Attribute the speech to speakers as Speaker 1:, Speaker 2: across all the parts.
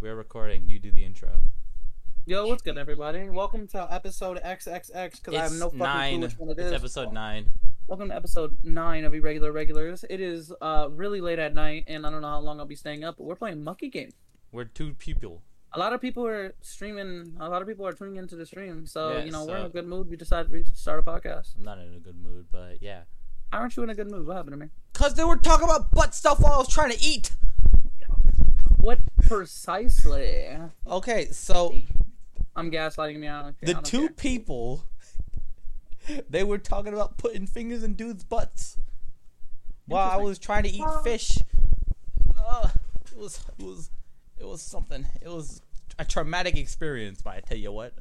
Speaker 1: We're recording. You do the intro.
Speaker 2: Yo, what's good, everybody? Welcome to episode XXX because I have
Speaker 1: It's
Speaker 2: no fucking
Speaker 1: nine.
Speaker 2: clue which one it is.
Speaker 1: It's episode nine.
Speaker 2: Welcome to episode nine of Irregular Regulars. It is uh really late at night, and I don't know how long I'll be staying up. But we're playing Monkey Game.
Speaker 1: We're two people.
Speaker 2: A lot of people are streaming. A lot of people are tuning into the stream, so
Speaker 1: Yeah,
Speaker 2: you know we're in
Speaker 1: so-
Speaker 2: a good mood. We decided we should start a podcast.
Speaker 1: I'm not in a good mood, but yeah.
Speaker 2: Aren't you in a good mood? What happened to me?
Speaker 1: Cause they were talking about butt stuff while I was trying to eat.
Speaker 2: What precisely?
Speaker 3: Okay, so
Speaker 2: I'm gaslighting me. I don't care.
Speaker 3: the
Speaker 2: I don't
Speaker 3: two
Speaker 2: care.
Speaker 3: people they were talking about putting fingers in dudes' butts while I
Speaker 2: Interesting.
Speaker 3: was trying to eat fish. Uh, it was it was it was something. It was a traumatic experience, but I tell you what.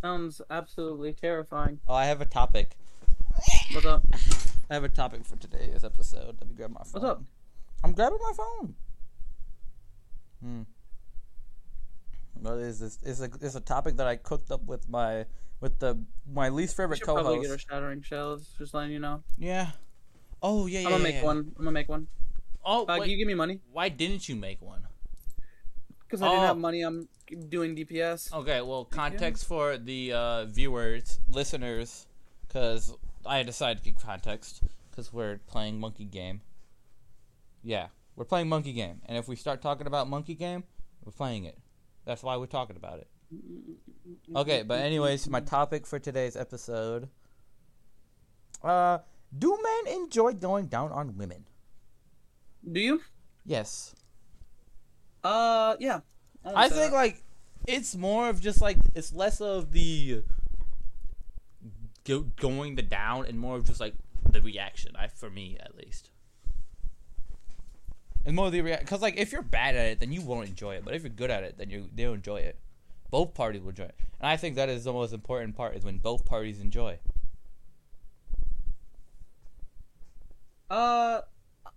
Speaker 2: sounds absolutely terrifying.
Speaker 3: Oh, I have a topic.
Speaker 2: What's up?
Speaker 3: I have a topic for today's episode. Let me grab my phone.
Speaker 2: What's up?
Speaker 3: I'm grabbing my phone. Hmm. What is this? It's a it's a topic that I cooked up with my with the my least
Speaker 2: We
Speaker 3: favorite
Speaker 2: should
Speaker 3: co-host.
Speaker 2: probably get our shattering shells. Just letting you know.
Speaker 3: Yeah. Oh yeah. yeah
Speaker 2: I'm gonna
Speaker 3: yeah,
Speaker 2: make
Speaker 3: yeah.
Speaker 2: one. I'm gonna make one.
Speaker 1: Oh,
Speaker 2: Uh,
Speaker 1: wait,
Speaker 2: can you give me money?
Speaker 1: why didn't you make one?
Speaker 2: Because I didn't
Speaker 1: Oh.
Speaker 2: have money. I'm doing DPS.
Speaker 3: Oh.
Speaker 1: Okay, well, context for the uh, viewers,
Speaker 3: Listeners, because I decided to give context because we're playing Monkey Game. Yeah, we're playing Monkey Game, and if we start talking about Monkey Game, we're playing it. That's why we're talking about it. Okay, but anyways, my topic for today's episode. Uh, do men enjoy going down on women?
Speaker 2: Do you?
Speaker 3: Yes.
Speaker 2: Uh, yeah. would
Speaker 3: I
Speaker 2: say
Speaker 3: think
Speaker 2: that.
Speaker 3: like it's more of just like it's less of the
Speaker 1: go, going the down, and more of just like the reaction. I, for me at least.
Speaker 3: and more of the react because like if you're bad at it, then you won't enjoy it. But if you're good at it, then you they'll enjoy it. Both parties will enjoy it, and I think that is the most important part is when both parties enjoy.
Speaker 2: Uh,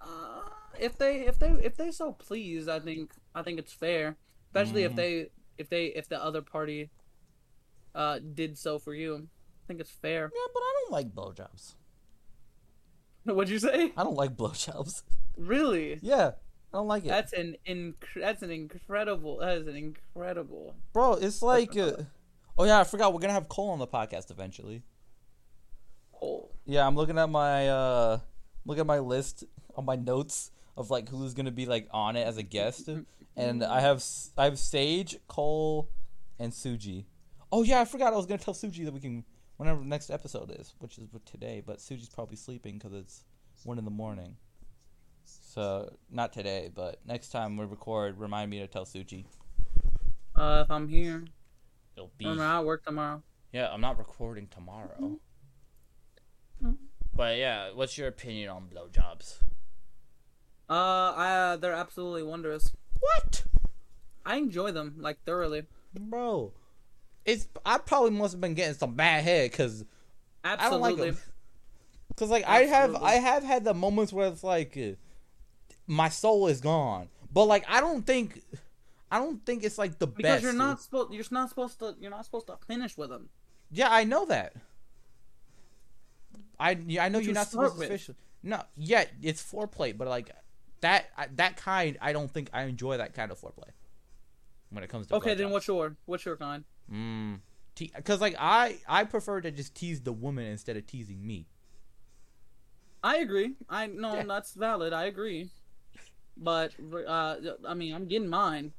Speaker 2: uh, if they if they if they so please, I think I think it's fair, especially
Speaker 3: Mm.
Speaker 2: if they if they if the other party, uh, did so for you. I think it's fair.
Speaker 3: Yeah, but I don't like blowjobs.
Speaker 2: What'd you say?
Speaker 3: I don't like blowjobs.
Speaker 2: Really?
Speaker 3: Yeah, I don't like it,
Speaker 2: That's an inc- that's an incredible that is an incredible.
Speaker 3: bro. It's like, uh, oh yeah, I forgot we're gonna have Cole on the podcast eventually.
Speaker 2: Oh,
Speaker 3: Yeah, I'm looking at my uh look at my list on my notes of like who's gonna be like on it as a guest, and I have S- I have Sage, Cole, and Suji. Oh yeah, I forgot I was gonna tell Suji that we can whenever the next episode is, which is today. But Suji's probably sleeping because it's one in the morning. So not today, but next time we record, remind me to tell Suji.
Speaker 2: uh, if I'm here,
Speaker 1: It'll be.
Speaker 2: remember I work tomorrow.
Speaker 1: Yeah, I'm not recording tomorrow. But yeah, what's your opinion on blowjobs?
Speaker 2: Uh, I, they're absolutely wondrous.
Speaker 3: What,
Speaker 2: I enjoy them like thoroughly.
Speaker 3: bro? It's I probably must have been getting some bad head because. I don't
Speaker 2: Absolutely.
Speaker 3: like them. Cause like I have
Speaker 2: Absolutely.
Speaker 3: I have had the moments where it's like uh, my soul is gone, but like I don't think I don't think it's like the
Speaker 2: because
Speaker 3: best.
Speaker 2: you're not supposed you're not supposed to you're not supposed to finish with them.
Speaker 3: Yeah, I know that. I yeah, I know
Speaker 2: you
Speaker 3: you're not
Speaker 2: start
Speaker 3: supposed
Speaker 2: with.
Speaker 3: to fish. No, yeah, it's foreplay, but like that I, that kind I don't think I enjoy that kind of foreplay. When it comes to
Speaker 2: Okay, then
Speaker 3: blowjobs.
Speaker 2: what's your what's your kind?
Speaker 3: Mm. Because like I I prefer to just tease the woman instead of teasing me.
Speaker 2: I agree. I no,
Speaker 3: Yeah.
Speaker 2: that's valid. I agree. But uh, I mean, I'm getting mine.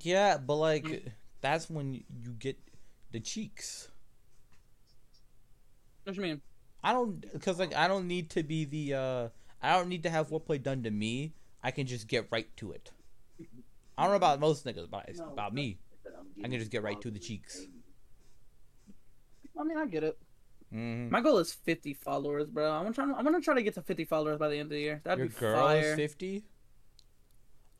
Speaker 3: Yeah, but like
Speaker 2: Mm.
Speaker 3: that's when you- you get the cheeks.
Speaker 2: What you mean?
Speaker 3: I don't because like I don't need to be the uh I don't need to have foreplay done to me. I can just get right to it. I don't know about most niggas, but it's about me. I can just get right to the cheeks.
Speaker 2: I mean, I get it.
Speaker 3: Mm-hmm.
Speaker 2: My goal is 50 followers, bro. I'm trying. I'm gonna try to get to 50 followers by the end of the year. That'd
Speaker 3: Your
Speaker 2: be
Speaker 3: girl
Speaker 2: fire.
Speaker 3: is fifty.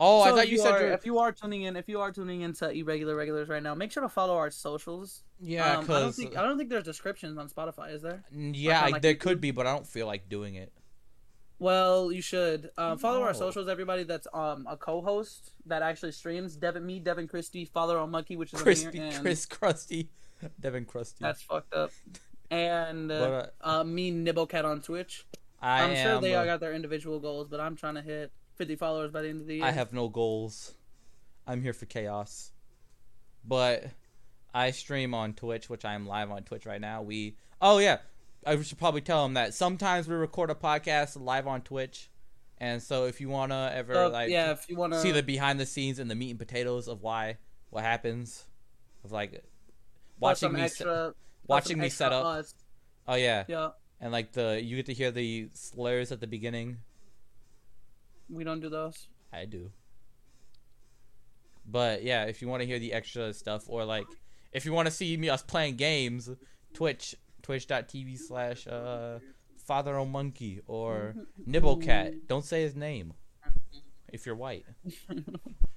Speaker 3: Oh, I
Speaker 2: So
Speaker 3: thought
Speaker 2: if
Speaker 3: you, said
Speaker 2: are,
Speaker 3: you're.
Speaker 2: if you are tuning in, if you are tuning into irregular regulars right now, make sure to follow our socials.
Speaker 3: yeah,
Speaker 2: um, I don't
Speaker 3: because
Speaker 2: think I don't think there's descriptions on Spotify, is there?
Speaker 3: yeah,
Speaker 2: on
Speaker 3: I-
Speaker 2: my
Speaker 3: there
Speaker 2: YouTube.
Speaker 3: could be, but I don't feel like doing it.
Speaker 2: Well, you should um, follow our
Speaker 3: No.
Speaker 2: socials. Everybody that's um a co-host that actually streams Devin, me, Devin Christie, Father on Monkey, which is
Speaker 3: Crispy,
Speaker 2: on here, and
Speaker 3: Chris, Krusty, Devin Crusty.
Speaker 2: That's fucked up. And uh,
Speaker 3: But,
Speaker 2: uh, me, Nibblecat on Twitch.
Speaker 3: I
Speaker 2: I'm
Speaker 3: am.
Speaker 2: sure they
Speaker 3: uh,
Speaker 2: all got their individual goals, but I'm trying to hit 50 followers by the end of the year.
Speaker 3: I have no goals. I'm here for chaos. But I stream on Twitch, which I am live on Twitch right now. We oh yeah, I should probably tell them that sometimes we record a podcast live on Twitch, and so if you wanna ever
Speaker 2: Uh,
Speaker 3: like
Speaker 2: yeah, if you want to
Speaker 3: see the behind the scenes and the meat and potatoes of why what happens, of like watching me se- watching me set up. Oh yeah,
Speaker 2: yeah,
Speaker 3: and like the you get to hear the slurs at the beginning.
Speaker 2: we don't do those.
Speaker 3: I do. But yeah, if you want to hear the extra stuff or like if you want to see me us playing games, Twitch twitch.tv slash uh father o monkey or nibblecat. Don't say his name if you're white.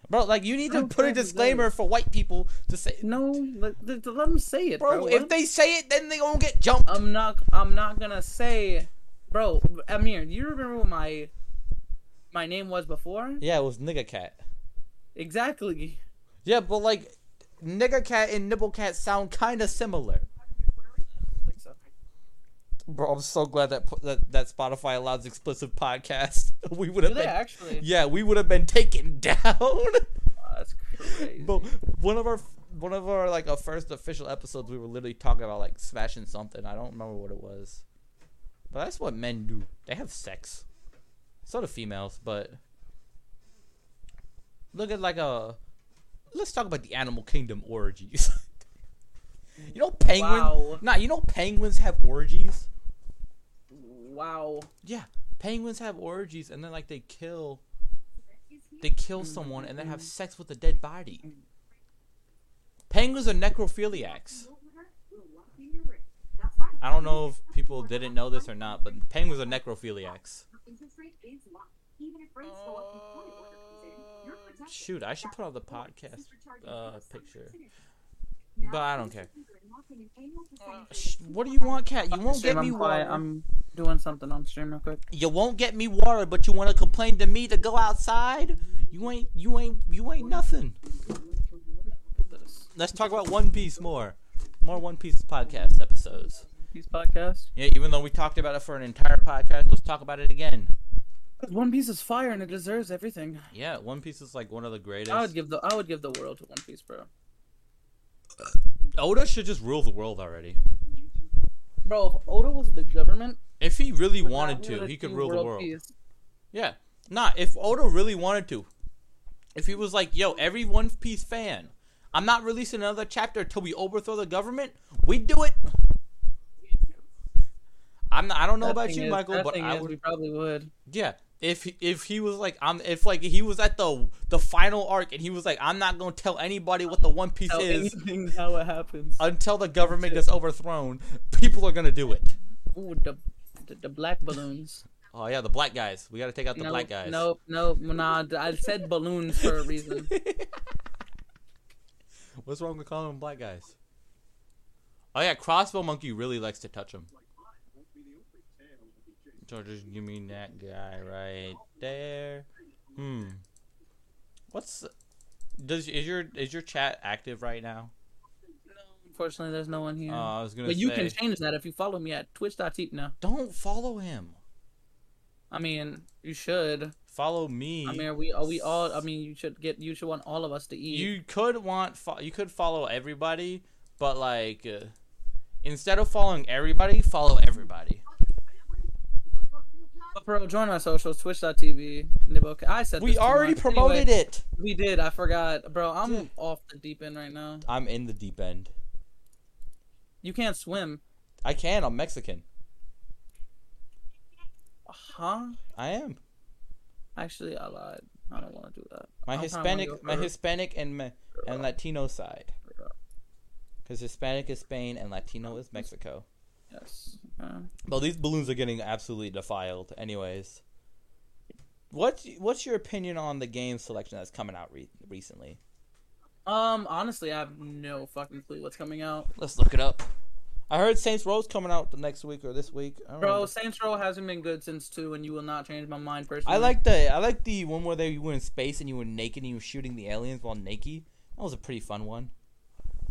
Speaker 3: Bro, like you need to
Speaker 2: How
Speaker 3: put
Speaker 2: bad
Speaker 3: a
Speaker 2: is that?
Speaker 3: disclaimer for white people to say
Speaker 2: No, let, let, let them say it, bro.
Speaker 3: Bro,
Speaker 2: Let
Speaker 3: if they say it then they gonna get jumped.
Speaker 2: I'm not. I'm not gonna say, bro. Amir, you remember what my my name was before?
Speaker 3: yeah, it was nigga cat.
Speaker 2: Exactly.
Speaker 3: Yeah, but like nigga cat and nibble cat sound kinda similar.
Speaker 2: Like so.
Speaker 3: Bro, I'm so glad that that, that Spotify allows explicit podcasts. We would
Speaker 2: Do
Speaker 3: have
Speaker 2: they
Speaker 3: been,
Speaker 2: actually?
Speaker 3: yeah, we would have been taken down.
Speaker 2: Wow, that's crazy.
Speaker 3: But one of our one of our like our first official episodes, we were literally talking about like smashing something. I don't remember what it was, but that's what men do. They have sex. So do females, but look at like a. Let's talk about the animal kingdom orgies. you know penguins.
Speaker 2: Wow.
Speaker 3: Nah, you know penguins have orgies.
Speaker 2: Wow.
Speaker 3: Yeah, penguins have orgies, and then like they kill, they kill someone, and then have sex with a dead body. Penguins are necrophiliacs. I don't know if people didn't know this or not, but penguins are necrophiliacs.
Speaker 1: Uh, Shoot, I should put on the podcast uh, picture. But I don't care.
Speaker 3: Uh, Sh- What do you want, cat? You won't
Speaker 2: Stream,
Speaker 3: get me
Speaker 2: I'm quiet.
Speaker 3: water.
Speaker 2: I'm doing something on stream real quick.
Speaker 3: You won't get me water, but you want to complain to me to go outside? You ain't, you ain't, you ain't nothing.
Speaker 2: This
Speaker 3: Let's talk about One Piece more, more One Piece podcast episodes.
Speaker 2: Piece podcast.
Speaker 3: Yeah, even though we talked about it for an entire podcast, let's talk about it again.
Speaker 2: One Piece is fire and it deserves everything.
Speaker 3: Yeah, One Piece is like one of the greatest.
Speaker 2: I would give the I would give the world to One Piece, bro.
Speaker 3: Oda should just rule the world already.
Speaker 2: Bro, if Oda was the government,
Speaker 3: If he really
Speaker 2: would
Speaker 3: wanted
Speaker 2: not
Speaker 3: to,
Speaker 2: let
Speaker 3: he
Speaker 2: it
Speaker 3: could
Speaker 2: be
Speaker 3: rule the world.
Speaker 2: peace.
Speaker 3: Yeah. Nah, if Oda really wanted to. If he was like, yo, every One Piece fan, I'm not releasing another chapter until we overthrow the government, we'd do it. I'm not, I don't know
Speaker 2: That
Speaker 3: about
Speaker 2: thing
Speaker 3: you,
Speaker 2: is-
Speaker 3: Michael,
Speaker 2: that
Speaker 3: but
Speaker 2: thing
Speaker 3: I
Speaker 2: is,
Speaker 3: would
Speaker 2: we probably would.
Speaker 3: Yeah. If he- if he was like I'm if like he was at the the final arc and he was like I'm not gonna tell anybody what the One Piece
Speaker 2: How
Speaker 3: is
Speaker 2: anything, how it happens.
Speaker 3: until the government gets overthrown, people are gonna do it.
Speaker 2: Ooh, the, the the black balloons.
Speaker 3: Oh yeah, the black guys. We gotta take out the
Speaker 2: no,
Speaker 3: black guys.
Speaker 2: Nope, nope, nah. I said balloons for a reason.
Speaker 3: What's wrong with calling them black guys? Oh yeah, crossbow monkey really likes to touch him. So just give me that guy right there. Hmm. What's does is your is your chat active right now?
Speaker 2: Unfortunately, there's no one here.
Speaker 3: Uh, I was gonna
Speaker 2: but
Speaker 3: say
Speaker 2: you can change that if you follow me at twitch.tv. No,
Speaker 3: don't follow him.
Speaker 2: I mean you should.
Speaker 3: Follow me.
Speaker 2: I mean we are we all. I mean you should get you should want all of us to eat.
Speaker 3: you could want fo- you could follow everybody, but like uh, instead of following everybody, follow everybody.
Speaker 2: But bro, join our socials twitch.tv. Nibbleca- I said
Speaker 3: We
Speaker 2: this too
Speaker 3: already
Speaker 2: much.
Speaker 3: promoted
Speaker 2: Anyway,
Speaker 3: it.
Speaker 2: We did. I forgot, bro. I'm
Speaker 3: Yeah.
Speaker 2: off the deep end right now.
Speaker 3: I'm in the deep end.
Speaker 2: You can't swim,
Speaker 3: I can. I'm Mexican.
Speaker 2: huh?
Speaker 3: I am.
Speaker 2: Actually, I lied. I don't want to do that.
Speaker 3: My
Speaker 2: I'm kinda
Speaker 3: Hispanic,
Speaker 2: wanna go
Speaker 3: my
Speaker 2: for-
Speaker 3: Hispanic and me- and Latino side. Because Hispanic is Spain and Latino is Mexico.
Speaker 2: Yes. Uh,
Speaker 3: Well, these balloons are getting absolutely defiled. Anyways, what's what's your opinion on the game selection that's coming out re- recently?
Speaker 2: Um, honestly, I have no fucking clue what's coming out.
Speaker 3: Let's look it up. I heard Saints Row's coming out the next week or this week. I, don't
Speaker 2: Bro,
Speaker 3: remember.
Speaker 2: Saints Row hasn't been good since two, and you will not change my mind personally.
Speaker 3: I like the I like the one where they you were in space and you were naked and you were shooting the aliens while naked. That was a pretty fun one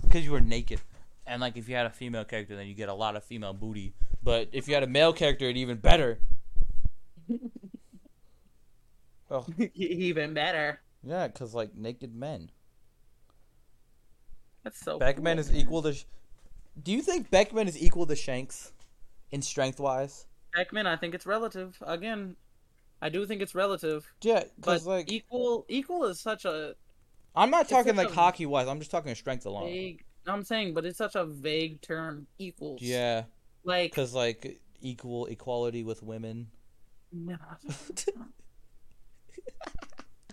Speaker 3: because you were naked. And like if you had a female character, then you get a lot of female booty. But if you had a male character, it'd even better. oh,
Speaker 2: E-, even better.
Speaker 3: Yeah, because like naked men.
Speaker 2: That's so.
Speaker 3: Beckman
Speaker 2: cool,
Speaker 3: is
Speaker 2: man.
Speaker 3: equal to. Sh- Do you think Beckman is equal to Shanks in strength wise?
Speaker 2: Beckman. I think it's relative. Again, I do think it's relative,
Speaker 3: Yeah,
Speaker 2: but
Speaker 3: because like
Speaker 2: equal equal is such a
Speaker 3: I'm not
Speaker 2: it's like
Speaker 3: talking like
Speaker 2: a-
Speaker 3: hockey wise. I'm just talking strength alone.
Speaker 2: vague. I'm saying, but it's such a vague term. Equals.
Speaker 3: Yeah,
Speaker 2: Like
Speaker 3: because like equal equality with women.
Speaker 2: No.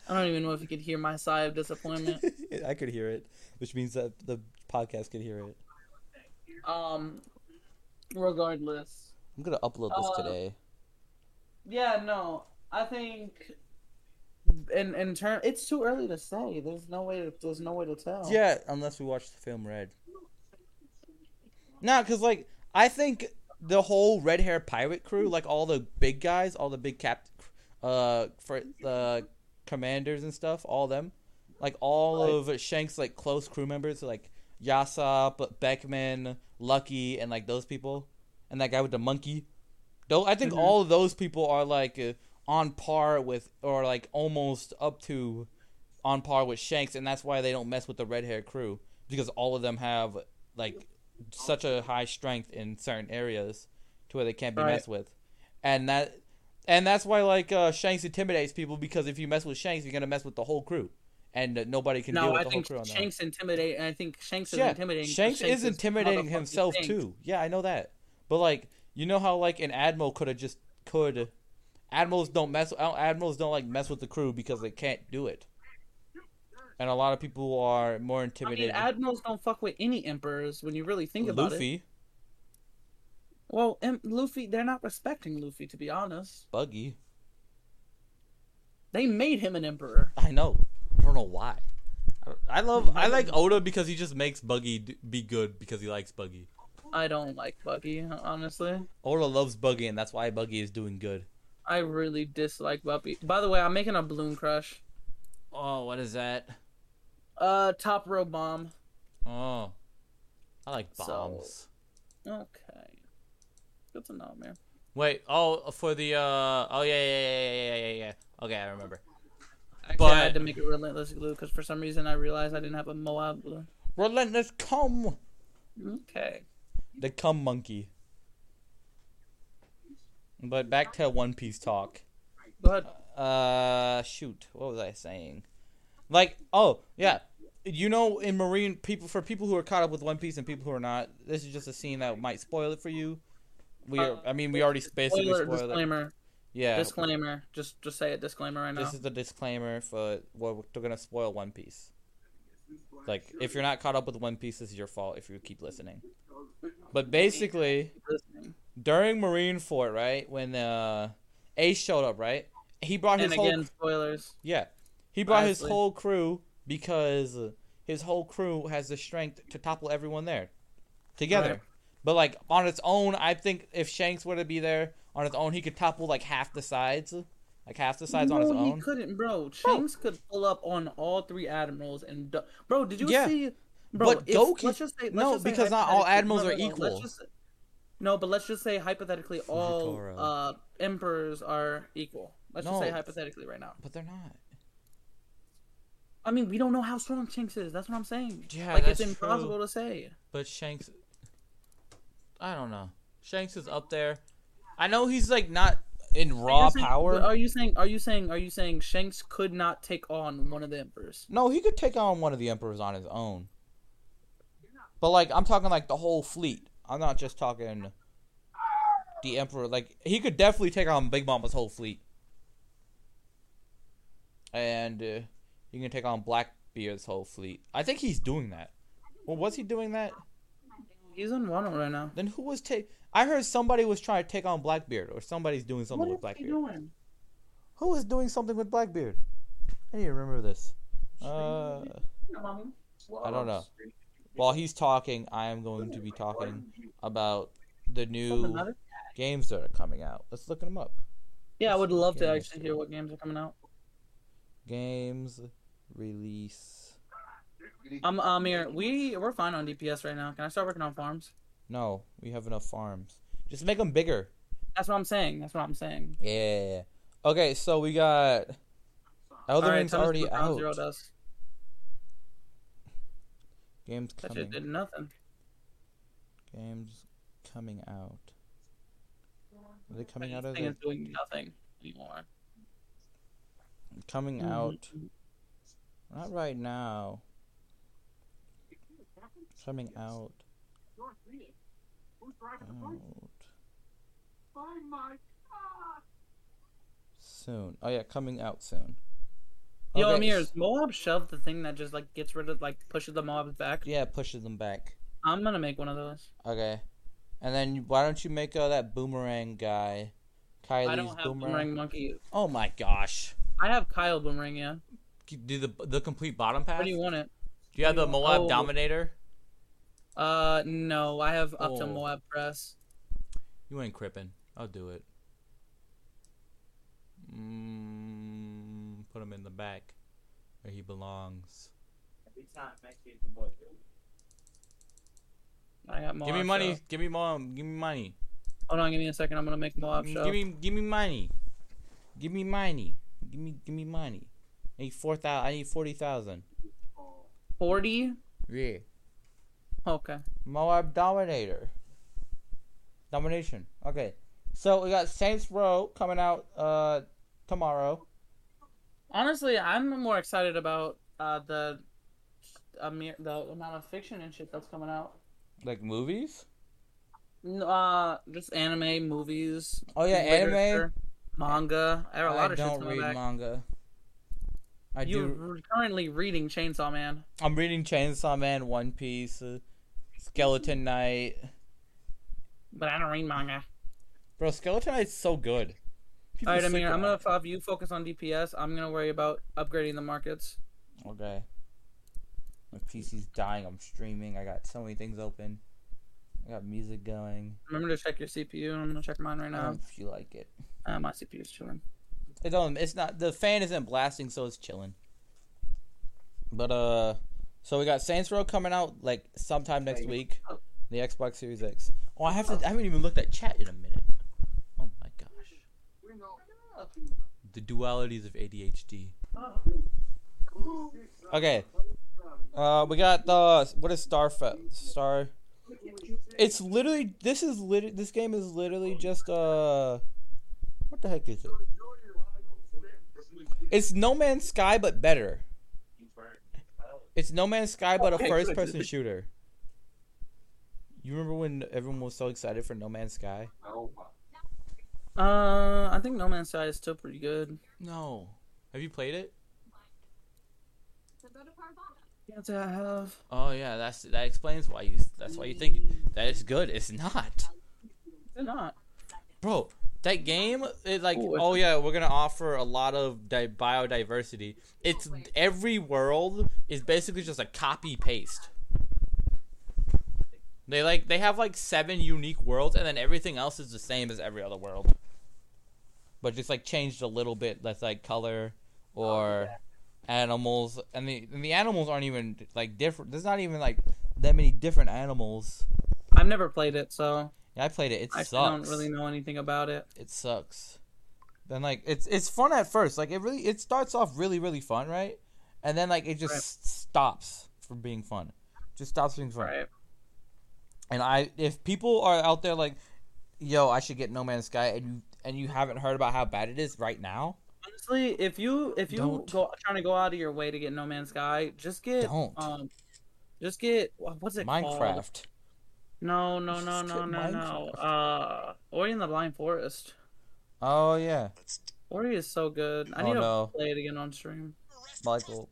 Speaker 2: I don't even know if you could hear my sigh of disappointment.
Speaker 3: I could hear it, which means that the podcast could hear it.
Speaker 2: Um, regardless.
Speaker 3: I'm gonna upload this
Speaker 2: Uh,
Speaker 3: today.
Speaker 2: Yeah, no, I think. In in turn, it's too early to say. There's no way. To, there's no way to tell.
Speaker 3: Yeah, unless we watch the film Red. No, because like I think the whole red hair pirate crew, like all the big guys, all the big cap, uh, for uh, commanders and stuff, all them, like all of Shanks' like close crew members, like Yasop, Beckman, Lucky, and like those people, and that guy with the monkey. Though I think
Speaker 2: Mhm.
Speaker 3: all of those people are like uh, on par with, or like almost up to, on par with Shanks, and that's why they don't mess with the red hair crew because all of them have like such a high strength in certain areas to where they can't be
Speaker 2: Right.
Speaker 3: messed with, and that and that's why like uh, Shanks intimidates people because if you mess with Shanks, you're gonna mess with the whole crew, and uh, nobody can deal
Speaker 2: No,
Speaker 3: with
Speaker 2: I
Speaker 3: the
Speaker 2: think
Speaker 3: whole crew on that.
Speaker 2: Shanks intimidate, and I think Shanks is
Speaker 3: Yeah,
Speaker 2: intimidating. 'cause
Speaker 3: Shanks, is intimidating
Speaker 2: motherfucking
Speaker 3: himself
Speaker 2: Shanks.
Speaker 3: too. Yeah, I know that. But like, you know how like an admiral could have just could. Admirals don't mess. ad- Admirals don't like mess with the crew because they can't do it. And a lot of people are more
Speaker 2: I mean,
Speaker 3: intimidated.
Speaker 2: admirals don't fuck with any emperors when you really think about it.
Speaker 3: Luffy,
Speaker 2: Well, em- Luffy, they're not respecting Luffy to be honest.
Speaker 3: Buggy.
Speaker 2: They made him an emperor.
Speaker 3: I know. I don't know why. I- I love. I
Speaker 4: Mm-hmm.
Speaker 3: like Oda because he just makes Buggy d- be good because he likes Buggy.
Speaker 2: I don't like Buggy, honestly.
Speaker 3: Oda loves Buggy, and that's why Buggy is doing good.
Speaker 2: I really dislike Buggy. By the way, I'm making a balloon crush.
Speaker 4: Oh, what is that?
Speaker 2: Uh, top row bomb.
Speaker 4: Oh,
Speaker 3: I like
Speaker 2: So-
Speaker 3: bombs.
Speaker 2: Okay, good to know, man.
Speaker 4: wait. Oh, for the uh. Oh yeah, yeah, yeah, yeah, yeah, yeah. yeah. Okay, I remember.
Speaker 2: I
Speaker 4: But-
Speaker 2: had to make it relentless glue because for some reason I realized I didn't have a Moab balloon.
Speaker 3: Relentless cum.
Speaker 2: Okay.
Speaker 3: The cum monkey. But back to One Piece talk.
Speaker 2: But
Speaker 3: Uh, shoot, what was I saying? Like, oh yeah, you know, in Marine people for people who are caught up with One Piece and people who are not, this is just a scene that might spoil it for you. We, are, I mean, we already basically
Speaker 2: spoiler,
Speaker 3: spoiled it.
Speaker 2: disclaimer,
Speaker 3: Yeah,
Speaker 2: disclaimer. Just, just say it. Disclaimer right now.
Speaker 3: this is the disclaimer for what we're gonna spoil One Piece. Like, if you're not caught up with One Piece, this is your fault if you keep listening. But basically.
Speaker 2: Listening.
Speaker 3: during Marine Fort, right? When uh, Ace showed up, right? He brought his
Speaker 2: And again,
Speaker 3: whole
Speaker 2: spoilers.
Speaker 3: yeah, he brought his
Speaker 2: Lastly.
Speaker 3: whole crew because his whole crew has the strength to topple everyone there together.
Speaker 2: Right.
Speaker 3: But like on its own, I think if Shanks were to be there on its own, he could topple like half the sides, like half the sides on
Speaker 2: no,
Speaker 3: his own.
Speaker 2: he couldn't, bro. Shanks could pull up on all three admirals and, do- bro. Did you
Speaker 3: Yeah.
Speaker 2: see? Bro,
Speaker 3: But
Speaker 2: if-
Speaker 3: Doki-
Speaker 2: let's just say, let's
Speaker 3: no,
Speaker 2: just say
Speaker 3: because not all
Speaker 2: hypothetically-
Speaker 3: admirals are
Speaker 2: let's
Speaker 3: equal.
Speaker 2: just- no, but let's just say hypothetically, all
Speaker 3: Fujitora.
Speaker 2: uh, emperors are equal. Let's just say
Speaker 3: No.
Speaker 2: hypothetically right now.
Speaker 3: But they're not.
Speaker 2: I mean, we don't know how strong Shanks is. That's what I'm saying.
Speaker 4: Yeah,
Speaker 2: like
Speaker 4: that's
Speaker 2: it's
Speaker 4: true.
Speaker 2: impossible to say.
Speaker 4: But Shanks, I don't know. Shanks is up there. I know he's like not in raw
Speaker 2: You're saying-
Speaker 4: power.
Speaker 2: Are you saying? Are you saying? Are you saying Shanks could not take on one of the emperors?
Speaker 3: No, he could take on one of the emperors on his own. But like I'm talking like the whole fleet. I'm not just talking the emperor. Like he could definitely take on Big Mama's whole fleet. And uh, you can take on Blackbeard's whole fleet. I think he's doing that. Well, was he doing that?
Speaker 2: He's unwanted right now.
Speaker 3: Then who was take? I heard somebody was trying to take on Blackbeard, or somebody's doing something with
Speaker 2: is he
Speaker 3: Blackbeard.
Speaker 2: doing?
Speaker 3: Who was doing something with Blackbeard? I need to remember this. Uh, I don't know. While he's talking, I am going to be talking about the
Speaker 2: Something
Speaker 3: new
Speaker 2: about it?
Speaker 3: games that are coming out. Let's look them up.
Speaker 2: Yeah, I would love to
Speaker 3: games
Speaker 2: actually hear what games are coming out.
Speaker 3: Games release.
Speaker 2: Um, Amir, we we're fine on DPS right now. Can I start working on farms?
Speaker 3: No, we have enough farms. Just make them bigger.
Speaker 2: That's what I'm saying. That's what I'm saying.
Speaker 3: Yeah. Okay, so we got Elden
Speaker 2: All right,
Speaker 3: Ring's
Speaker 2: tell us
Speaker 3: already
Speaker 2: what Ground
Speaker 3: out.
Speaker 2: Zero does.
Speaker 3: Game's
Speaker 2: That
Speaker 3: coming.
Speaker 2: shit did nothing.
Speaker 3: Game's coming out. Are they coming
Speaker 2: That
Speaker 3: out of
Speaker 2: thing
Speaker 3: the,
Speaker 2: is doing nothing anymore.
Speaker 3: coming
Speaker 2: Mhm.
Speaker 3: out? Not right now. Coming out. Out
Speaker 1: Oh.
Speaker 3: Oh. soon. Oh yeah, coming out soon.
Speaker 2: Yo,
Speaker 3: Okay,
Speaker 2: Amir,
Speaker 3: s-
Speaker 2: is Moab Shove the thing that just like gets rid of like pushes the mobs back?
Speaker 3: Yeah, it pushes them back.
Speaker 2: I'm gonna make one of those.
Speaker 3: Okay. And then you- why don't you make uh, that boomerang guy, Kylie's
Speaker 2: I don't have boomerang. monkey.
Speaker 3: Oh my gosh!
Speaker 2: I have Kyle boomerang. Yeah.
Speaker 1: Do the the complete bottom pass?
Speaker 2: Where do
Speaker 1: Do
Speaker 2: you want it?
Speaker 1: you have the Moab
Speaker 2: Oh.
Speaker 1: Dominator?
Speaker 2: Uh, no, I have up to
Speaker 1: Oh.
Speaker 2: Moab press.
Speaker 1: You ain't crippin'. I'll do it. Mm, put him in the back where he belongs.
Speaker 2: I got Moab.
Speaker 1: give me money.
Speaker 2: Shove.
Speaker 1: Give me mom. Give me money.
Speaker 2: Hold on, give me a second. I'm gonna make Moab
Speaker 1: Mm,
Speaker 2: Shove.
Speaker 1: Give me give me money. Give me money. Give me give me money. I need four thousand. I need forty thousand.
Speaker 2: forty.
Speaker 1: Yeah.
Speaker 2: Okay.
Speaker 3: Moab Dominator. Domination. Okay. So we got Saints Row coming out uh tomorrow.
Speaker 2: Honestly, I'm more excited about uh the Amir the amount of fiction and shit that's coming out.
Speaker 3: Like movies?
Speaker 2: N- Uh, just anime, movies.
Speaker 3: Oh yeah, anime.
Speaker 2: literature, manga. I have a lot
Speaker 3: I
Speaker 2: of shit
Speaker 3: don't
Speaker 2: coming
Speaker 3: read
Speaker 2: back.
Speaker 3: manga. I do.
Speaker 2: You're currently reading Chainsaw Man.
Speaker 3: I'm reading Chainsaw Man, One Piece, uh, Skeleton Knight.
Speaker 2: But I don't read manga.
Speaker 3: Bro, Skeleton Knight's so good. People
Speaker 2: All right,
Speaker 3: sleep
Speaker 2: Amir, I'm
Speaker 3: on
Speaker 2: gonna
Speaker 3: it.
Speaker 2: have you focus on DPS. I'm gonna worry about upgrading the markets.
Speaker 3: Okay. My PC's dying. I'm streaming. I got so many things open. I got music going.
Speaker 2: Remember to check your CPU. I'm gonna check mine right
Speaker 3: I
Speaker 2: now.
Speaker 3: don't feel like it.
Speaker 2: Uh, my CPU is chilling.
Speaker 3: It don't. It's not. The fan isn't blasting, so it's chilling. But uh, so we got Saints Row coming out like sometime next week. The Xbox Series X. Oh, I have to. I haven't even looked at chat in a minute. Oh my gosh.
Speaker 1: The dualities of ADHD.
Speaker 3: Okay. Uh, we got the what is Starfest? Star. It's literally. This is lit. This game is literally just uh. What the heck is it? It's No Man's Sky, but better. It's No Man's Sky, but a
Speaker 2: Okay, good.
Speaker 3: first-person shooter. You remember when everyone was so excited for No Man's Sky?
Speaker 2: Uh, I think No Man's Sky is still pretty good.
Speaker 1: No. Have you played it?
Speaker 2: Yeah, do I have.
Speaker 1: Oh yeah, that's that explains why you. That's why you think that it's good. It's not,
Speaker 2: They're not.
Speaker 1: bro. That game is like,
Speaker 2: Ooh, it's-
Speaker 1: oh yeah, we're gonna offer a lot of di- biodiversity. It's every world is basically just a copy paste. They like they have like seven unique worlds, and then everything else is the same as every other world, but just like changed a little bit. That's like color
Speaker 2: Oh,
Speaker 1: or animals, and the and the animals aren't even like different. There's not even like that many different animals.
Speaker 2: I've never played it, so
Speaker 3: Yeah, I played it. It
Speaker 2: I
Speaker 3: sucks.
Speaker 2: actually don't really know anything about it.
Speaker 3: It sucks. Then like it's it's fun at first. Like it really it starts off really really fun, right? And then like it just
Speaker 2: Right.
Speaker 3: stops from being fun. Just stops being fun.
Speaker 2: Right.
Speaker 3: And I if people are out there like, yo, I should get No Man's Sky, and you and you haven't heard about how bad it is right now,
Speaker 2: Honestly, if you if you
Speaker 3: Don't.
Speaker 2: go trying to go out of your way to get No Man's Sky, just get
Speaker 3: Don't.
Speaker 2: um, just get wha- what's it called?
Speaker 3: Minecraft.
Speaker 2: No, no, no,
Speaker 3: Just
Speaker 2: no,
Speaker 3: get
Speaker 2: no, no. Uh, Ori and the Blind Forest.
Speaker 3: Oh yeah,
Speaker 2: Ori is so good. I
Speaker 3: Oh,
Speaker 2: need
Speaker 3: no.
Speaker 2: to play it again on stream.
Speaker 3: Michael,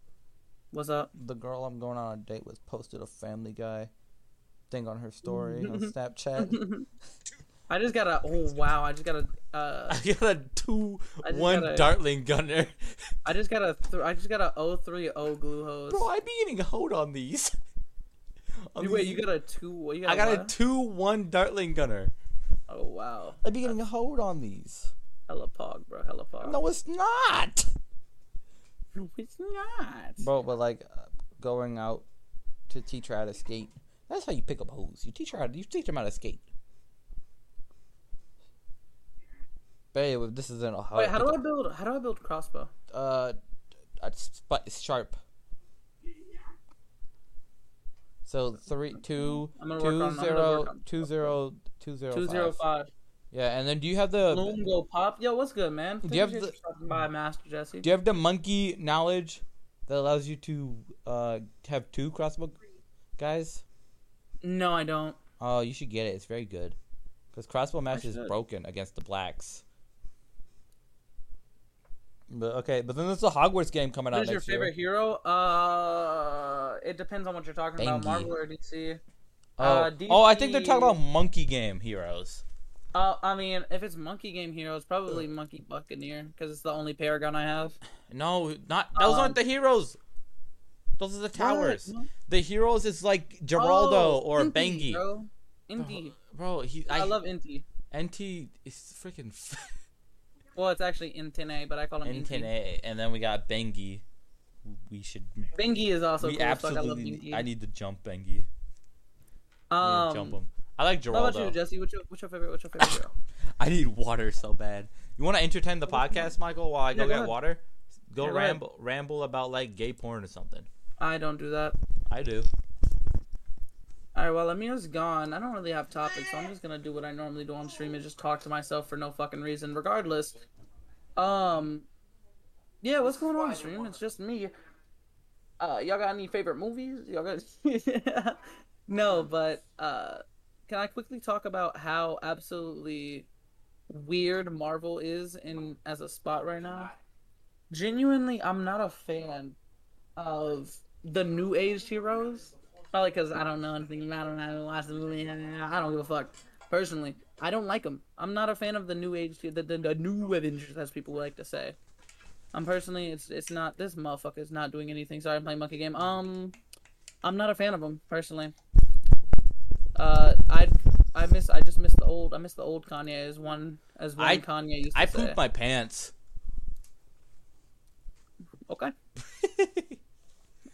Speaker 2: What's up?
Speaker 3: the girl I'm going on a date with posted a Family Guy thing on her story on Snapchat.
Speaker 2: I just got a. Oh wow! I just got a. Uh,
Speaker 1: I got a two
Speaker 2: I just
Speaker 1: one
Speaker 2: gotta-
Speaker 1: dartling gunner.
Speaker 2: I just got a. Th- I just got a O three O glue hose.
Speaker 1: Bro, I'd be getting hoed on these. On
Speaker 2: Wait,
Speaker 1: these-
Speaker 2: you got a two? what, You got
Speaker 1: I got
Speaker 2: what?
Speaker 1: a two one dartling gunner.
Speaker 2: Oh wow!
Speaker 3: I'd be getting hoed on these.
Speaker 2: Hella pog, bro. Hella pog.
Speaker 3: No, it's not.
Speaker 2: No, it's not.
Speaker 3: Bro, but like uh, going out to teach her how to skate. That's how you pick up hoes. You teach her how to, you teach them how to skate. Babe, this isn't a hoe.
Speaker 2: Wait, how do I build? How do I build crossbow?
Speaker 3: Uh, uh, sp- sharp. So three, two,
Speaker 2: I'm gonna work
Speaker 3: two,
Speaker 2: on- I'm gonna work
Speaker 3: zero,
Speaker 2: on-
Speaker 3: two, zero, two, zero,
Speaker 2: Two zero
Speaker 3: five.
Speaker 2: five.
Speaker 3: Yeah, and then do you have the
Speaker 2: Lungo pop. Yo, what's good, man?
Speaker 3: Do you have
Speaker 2: Appreciate stopping by Master Jesse?
Speaker 3: do you have the monkey knowledge that allows you to uh have two crossbow guys?
Speaker 2: No, I don't.
Speaker 3: Oh, you should get it. It's very good. Because crossbow match is
Speaker 2: should.
Speaker 3: broken against the blacks. But okay, but then there's a Hogwarts game coming out
Speaker 2: What is your
Speaker 3: next
Speaker 2: favorite
Speaker 3: year.
Speaker 2: hero? Uh, it depends on what you're talking
Speaker 3: Dengue.
Speaker 2: about, Marvel or DC.
Speaker 3: Oh.
Speaker 2: Uh,
Speaker 3: oh, I think they're
Speaker 2: DC
Speaker 3: talking about monkey game heroes.
Speaker 2: Uh, I mean, if it's Monkey Game Hero, it's probably Monkey Buccaneer because it's the only Paragon I have.
Speaker 3: No, not those
Speaker 2: Um,
Speaker 3: aren't the heroes. Those are the towers.
Speaker 2: What?
Speaker 3: The heroes is like Geraldo
Speaker 2: Oh,
Speaker 3: or
Speaker 2: Inti,
Speaker 3: Bangi. Bro,
Speaker 2: Bro. Inti.
Speaker 3: he I,
Speaker 2: I, love Inti.
Speaker 3: NT is freaking
Speaker 2: Well, it's actually Intine, but I call him Inti.
Speaker 3: Intene, and then we got Bengi. We should.
Speaker 2: Bengi is also
Speaker 3: we
Speaker 2: cool. as fuck. I love
Speaker 3: absolutely.
Speaker 2: Bengi.
Speaker 3: I, need to jump Bengi. I need to jump
Speaker 2: um,
Speaker 3: him. I like
Speaker 2: how about you,
Speaker 3: Geraldo.
Speaker 2: Jesse? What's your, what's your favorite? What's your favorite hero?
Speaker 3: I need water so bad. You want to entertain the podcast, Michael, while I go
Speaker 2: Yeah, go
Speaker 3: get
Speaker 2: ahead.
Speaker 3: water? Go
Speaker 2: Yeah, go ahead.
Speaker 3: ramble, ramble about like gay porn or something.
Speaker 2: I don't do that.
Speaker 3: I do.
Speaker 2: All right, well, Amir's gone. I don't really have topics, so I'm just gonna do what I normally do on stream and just talk to myself for no fucking reason, regardless. Um, yeah, what's going on stream? It's just me. Uh, y'all got any favorite movies? Y'all got no, but uh, can I quickly talk about how absolutely weird Marvel is in as a spot right now? Genuinely, I'm not a fan of the new age heroes. Probably because I don't know anything. I don't know. Watch the movie. I don't give a fuck. Personally, I don't like them. I'm not a fan of the new age, the, the, the new Avengers, as people like to say. I'm personally, it's it's not this motherfucker is not doing anything. Sorry, I'm playing monkey game. Um, I'm not a fan of them personally. Uh, I I miss I just miss the old I miss the old Kanye as one as one
Speaker 3: I-
Speaker 2: Kanye used to
Speaker 3: I
Speaker 2: say.
Speaker 3: pooped my pants.
Speaker 2: okay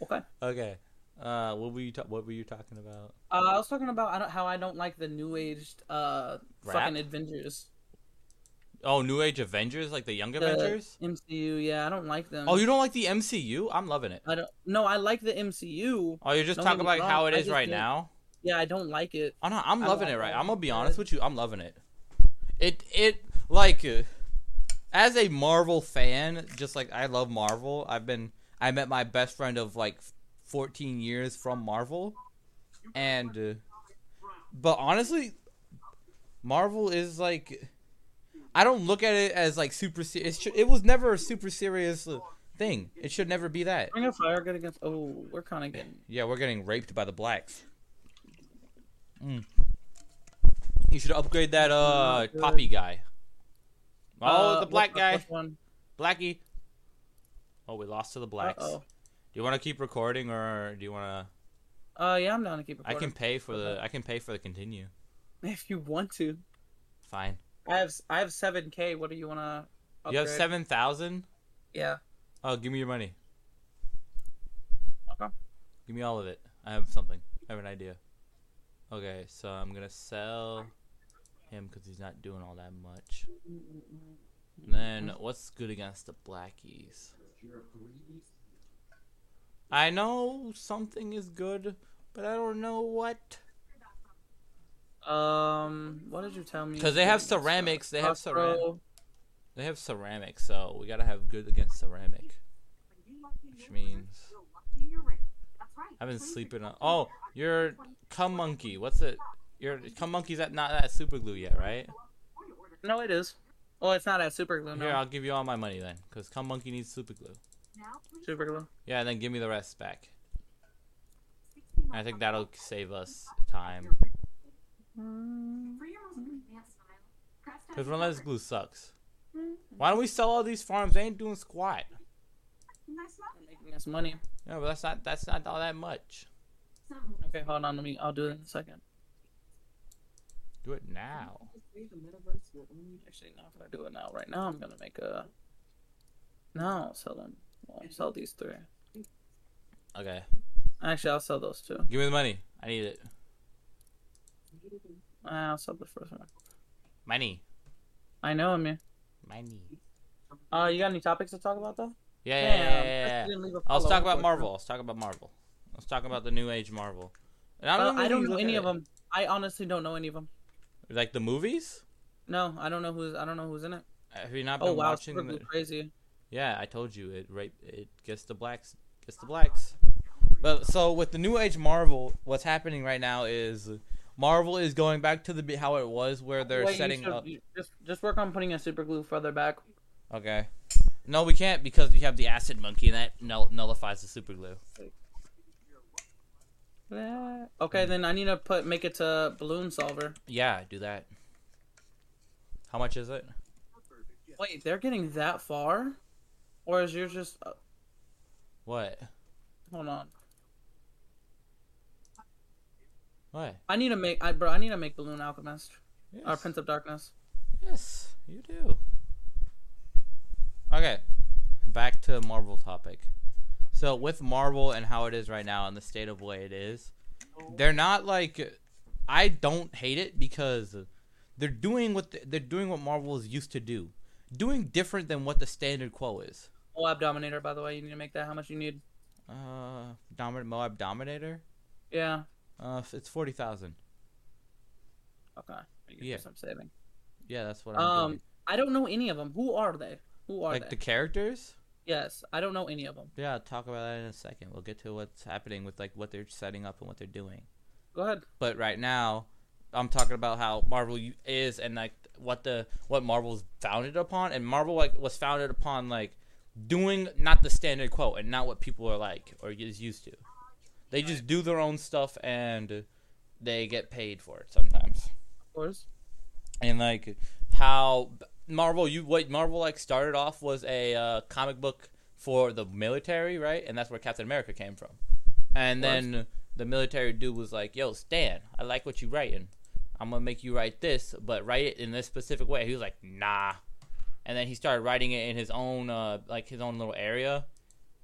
Speaker 2: okay.
Speaker 3: Okay. Uh, what were you ta- What were you talking about?
Speaker 2: Uh, I was talking about I don't, how I don't like the new age uh
Speaker 3: Rap?
Speaker 2: fucking Avengers.
Speaker 3: Oh, New Age Avengers, like the Young
Speaker 2: The
Speaker 3: Avengers.
Speaker 2: MCU, yeah, I don't like them.
Speaker 3: Oh, you don't like the MCU? I'm loving it.
Speaker 2: I don't. No, I like the MCU.
Speaker 3: Oh, you're just
Speaker 2: Don't get
Speaker 3: talking
Speaker 2: me
Speaker 3: about how
Speaker 2: wrong,
Speaker 3: it
Speaker 2: I
Speaker 3: is
Speaker 2: just
Speaker 3: right
Speaker 2: did-
Speaker 3: now.
Speaker 2: Yeah, I don't like it.
Speaker 3: Oh no, I'm
Speaker 2: I
Speaker 3: loving
Speaker 2: like
Speaker 3: it right.
Speaker 2: that.
Speaker 3: I'm gonna be honest with you. I'm loving it. It it like uh, as a Marvel fan, just like I love Marvel. I've been I met my best friend of like 14 years from Marvel, and uh, but honestly, Marvel is like I don't look at it as like super serious. It, should- it was never a super serious uh, thing. It should never be that.
Speaker 2: Ring of Fire good against. Oh, we're kind of getting.
Speaker 3: Yeah, we're getting raped by the blacks. Mm. You should upgrade that uh
Speaker 2: Not good.
Speaker 3: poppy guy. Oh,
Speaker 2: Uh,
Speaker 3: the black
Speaker 2: what's the
Speaker 3: guy,
Speaker 2: first one?
Speaker 3: blackie. Oh, we lost to the blacks.
Speaker 2: Uh-oh.
Speaker 3: Do you want to keep recording, or do you want
Speaker 2: Uh, yeah, I'm down to keep
Speaker 3: to? I
Speaker 2: recording.
Speaker 3: can pay for the.
Speaker 2: Okay.
Speaker 3: I can pay for the continue.
Speaker 2: If you want to,
Speaker 3: Fine.
Speaker 2: I have I have seven k. What do you wanna?
Speaker 3: You have
Speaker 2: upgrade?
Speaker 3: seven thousand.
Speaker 2: Yeah.
Speaker 3: Oh, give me your money.
Speaker 2: Okay.
Speaker 3: Give me all of it. I have something. I have an idea. Okay, so I'm gonna sell him because he's not doing all that much. Then what's good against the blackies? I know something is good, but I don't know what.
Speaker 2: Um, what did you tell me?
Speaker 3: 'Cause they have
Speaker 2: was good against, uh,
Speaker 3: ceramics, they have
Speaker 2: Hasbro?
Speaker 3: ceramic. They have ceramic, so we gotta have good against ceramic.
Speaker 5: Which means.
Speaker 3: I've been sleeping on. Oh, your cum monkey. What's it? Your cum monkey's at not at super glue yet, right?
Speaker 2: No, it is. Oh, it's not at super glue. No,
Speaker 3: Here, I'll give you all my money then, because cum monkey needs super glue.
Speaker 2: super glue.
Speaker 3: Yeah, and then give me the rest back. I think that'll save us
Speaker 5: time.
Speaker 3: time.
Speaker 5: Because
Speaker 3: Because relentless glue sucks. Why don't we sell all these farms? They ain't doing squat.
Speaker 2: Making us money.
Speaker 3: No, but that's not that's not all that much.
Speaker 2: Okay, hold on. Let me. I'll do it in a second.
Speaker 3: Do it now.
Speaker 2: Actually, no, if I do it now, right now, I'm gonna make a. No, I'll sell them. Well, I'll sell these three.
Speaker 3: Okay.
Speaker 2: Actually, I'll sell those two.
Speaker 3: Give me the money. I need it.
Speaker 2: Uh, I'll sell the first one.
Speaker 3: Money.
Speaker 2: I know, Amir.
Speaker 3: Money.
Speaker 2: Uh, you got any topics to talk about though?
Speaker 3: Yeah, yeah,
Speaker 2: Damn,
Speaker 3: yeah, yeah,
Speaker 2: I
Speaker 3: yeah, yeah.
Speaker 2: didn't leave a
Speaker 3: Eh, I was
Speaker 2: follow-up
Speaker 3: talking about
Speaker 2: question.
Speaker 3: Marvel. I was talking about Marvel. I was talking about the new age Marvel. And I
Speaker 2: Uh,
Speaker 3: don't.
Speaker 2: I don't
Speaker 3: really
Speaker 2: know
Speaker 3: look
Speaker 2: any
Speaker 3: at
Speaker 2: of
Speaker 3: it.
Speaker 2: them. I honestly don't know any of them.
Speaker 3: Like the movies?
Speaker 2: No, I don't know who's I don't know who's in it.
Speaker 3: Have you not been
Speaker 2: Oh wow,
Speaker 3: watching?
Speaker 2: Superglue
Speaker 3: the-
Speaker 2: crazy.
Speaker 3: Yeah, I told you it. Right, it gets the blacks. Gets the blacks. But so with the new age Marvel, what's happening right now is Marvel is going back to the be- how it was, where they're
Speaker 2: Wait, you
Speaker 3: setting
Speaker 2: should-
Speaker 3: up.
Speaker 2: you- Just just work on putting a super glue further back.
Speaker 3: Okay. No, we can't because we have the acid monkey, and that null- nullifies the super glue.
Speaker 2: Yeah. Okay, then I need to put make it to balloon solver.
Speaker 3: Yeah, do that. How much is it?
Speaker 2: Wait, they're getting that far, or is yours just? Uh,
Speaker 3: What?
Speaker 2: hold on,
Speaker 3: What?
Speaker 2: I need to make I bro. I need to make balloon alchemist
Speaker 3: Yes.
Speaker 2: or Prince of Darkness.
Speaker 3: Yes, you do. Okay, back to Marvel topic. So with Marvel and how it is right now and the state of way it is, they're not like I don't hate it because they're doing what th- they're doing what Marvel is used to do, doing different than what the standard quo is.
Speaker 2: Moab Dominator, by the way, you need to make that. How much you need?
Speaker 3: Uh, Domin- Moab Dominator.
Speaker 2: Yeah.
Speaker 3: Uh, f- it's forty thousand.
Speaker 2: Okay. You
Speaker 3: Yeah.
Speaker 2: yeah. Some saving.
Speaker 3: Yeah, that's what I'm
Speaker 2: Um,
Speaker 3: doing.
Speaker 2: I don't know any of them. Who are they? Who are
Speaker 3: Like
Speaker 2: they?
Speaker 3: the characters.
Speaker 2: Yes, I don't know any of them.
Speaker 3: Yeah, I'll talk about that in a second. We'll get to what's happening with like what they're setting up and what they're doing.
Speaker 2: Go ahead.
Speaker 3: But right now, I'm talking about how Marvel u- is and like what the what Marvel's founded upon. And Marvel like was founded upon like doing not the standard quote and not what people are like or is used to. They just do their own stuff and they get paid for it sometimes
Speaker 2: Of course.
Speaker 3: and like how Marvel you what Marvel like started off was a uh, comic book for the military, right? And that's where Captain America came from. And
Speaker 2: Of course.
Speaker 3: then the military dude was like, "Yo, Stan, I like what you writing. I'm gonna make you write this, but write it in this specific way." He was like, "Nah," and then he started writing it in his own uh, like his own little area.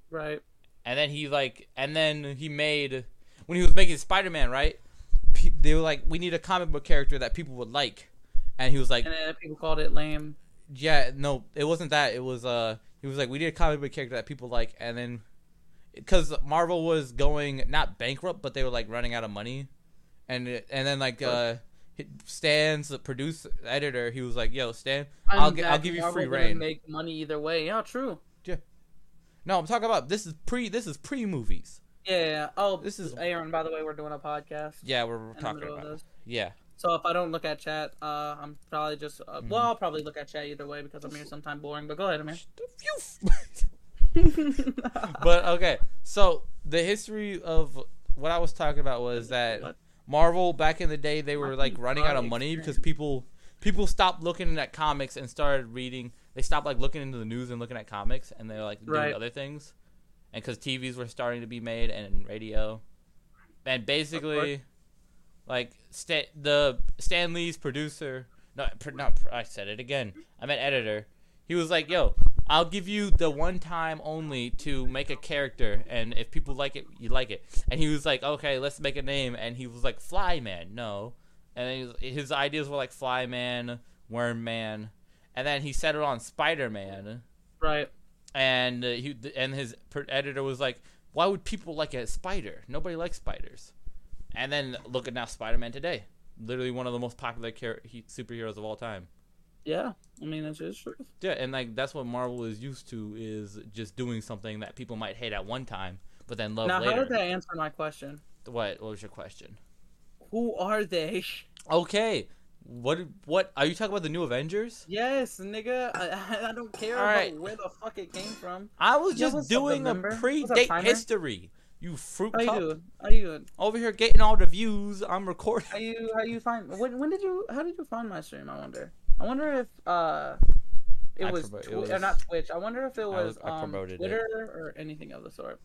Speaker 2: Right.
Speaker 3: And then he like, and then he made when he was making Spider Man, right? Pe- They were like, "We need a comic book character that people would like," and he was like,
Speaker 2: And then people called it lame.
Speaker 3: yeah, no, it wasn't that. It was uh, it was like we did a comic book character that people like, and then because Marvel was going not bankrupt, but they were like running out of money, and it- and then like uh, Stan's the producer editor, he was like, "Yo, Stan, I'll
Speaker 2: I'm
Speaker 3: gi- I'll
Speaker 2: glad
Speaker 3: give you
Speaker 2: Marvel
Speaker 3: free
Speaker 2: didn't
Speaker 3: reign."
Speaker 2: Make money either way. Yeah, true.
Speaker 3: no, I'm talking about this is pre this is pre movies.
Speaker 2: Yeah, yeah, yeah. Oh,
Speaker 3: This
Speaker 2: this
Speaker 3: is-
Speaker 2: is Aaron. By the way, we're doing a podcast.
Speaker 3: Yeah, we're, we're
Speaker 2: in the
Speaker 3: talking
Speaker 2: middle of
Speaker 3: about
Speaker 2: this.
Speaker 3: yeah.
Speaker 2: So if I don't look at chat, uh, I'm probably just uh,
Speaker 3: Hmm.
Speaker 2: well, I'll probably look at chat either way because I'm here sometime boring. But go ahead, Amir.
Speaker 3: Phew. but okay, so the history of what I was talking about was that Marvel back in the day they were like running out of money because people people stopped looking at comics and started reading. They stopped like looking into the news and looking at comics, and they were like doing
Speaker 2: Right.
Speaker 3: other things. And because TVs were starting to be made and radio, and basically, like Sta- the Stan Lee's producer, no, pr- not pr- I said it again. I meant editor. He was like, "Yo, I'll give you the one time only to make a character, and if people like it, you like it. And he was like, okay, let's make a name. And he was like, Flyman, no. And then he was- his ideas were like Flyman, Worm Man, and then he settled on Spider Man.
Speaker 2: Right.
Speaker 3: And uh, he and his per- editor was like, why would people like a spider? Nobody likes spiders. And then look at now Spider Man today, literally one of the most popular char- he- superheroes of all time.
Speaker 2: Yeah. I mean, that's just true.
Speaker 3: Yeah, and like that's what Marvel is used to is just doing something that people might hate at one time, but then love
Speaker 2: now,
Speaker 3: later.
Speaker 2: how did that answer my question?
Speaker 3: What? What was your question?
Speaker 2: Who are they?
Speaker 3: Okay, what? What are you talking about? The new Avengers?
Speaker 2: Yes, nigga. I, I don't care
Speaker 3: All right.
Speaker 2: about where the fuck it came from.
Speaker 3: I was
Speaker 2: Yeah,
Speaker 3: just
Speaker 2: what's up,
Speaker 3: doing a
Speaker 2: remember? What's up,
Speaker 3: predate
Speaker 2: timer?
Speaker 3: history. You fruit
Speaker 2: How you
Speaker 3: cup
Speaker 2: doing? How you doing?
Speaker 3: over here getting all the views. I'm recording.
Speaker 2: How you how you find when when did you how did you find my stream? I wonder. I wonder if uh it
Speaker 3: I
Speaker 2: was,
Speaker 3: promo- it
Speaker 2: Twi- or
Speaker 3: was-
Speaker 2: not Twitch. I wonder if it was,
Speaker 3: was- I
Speaker 2: um,
Speaker 3: promoted it.
Speaker 2: Twitter or anything of the sort.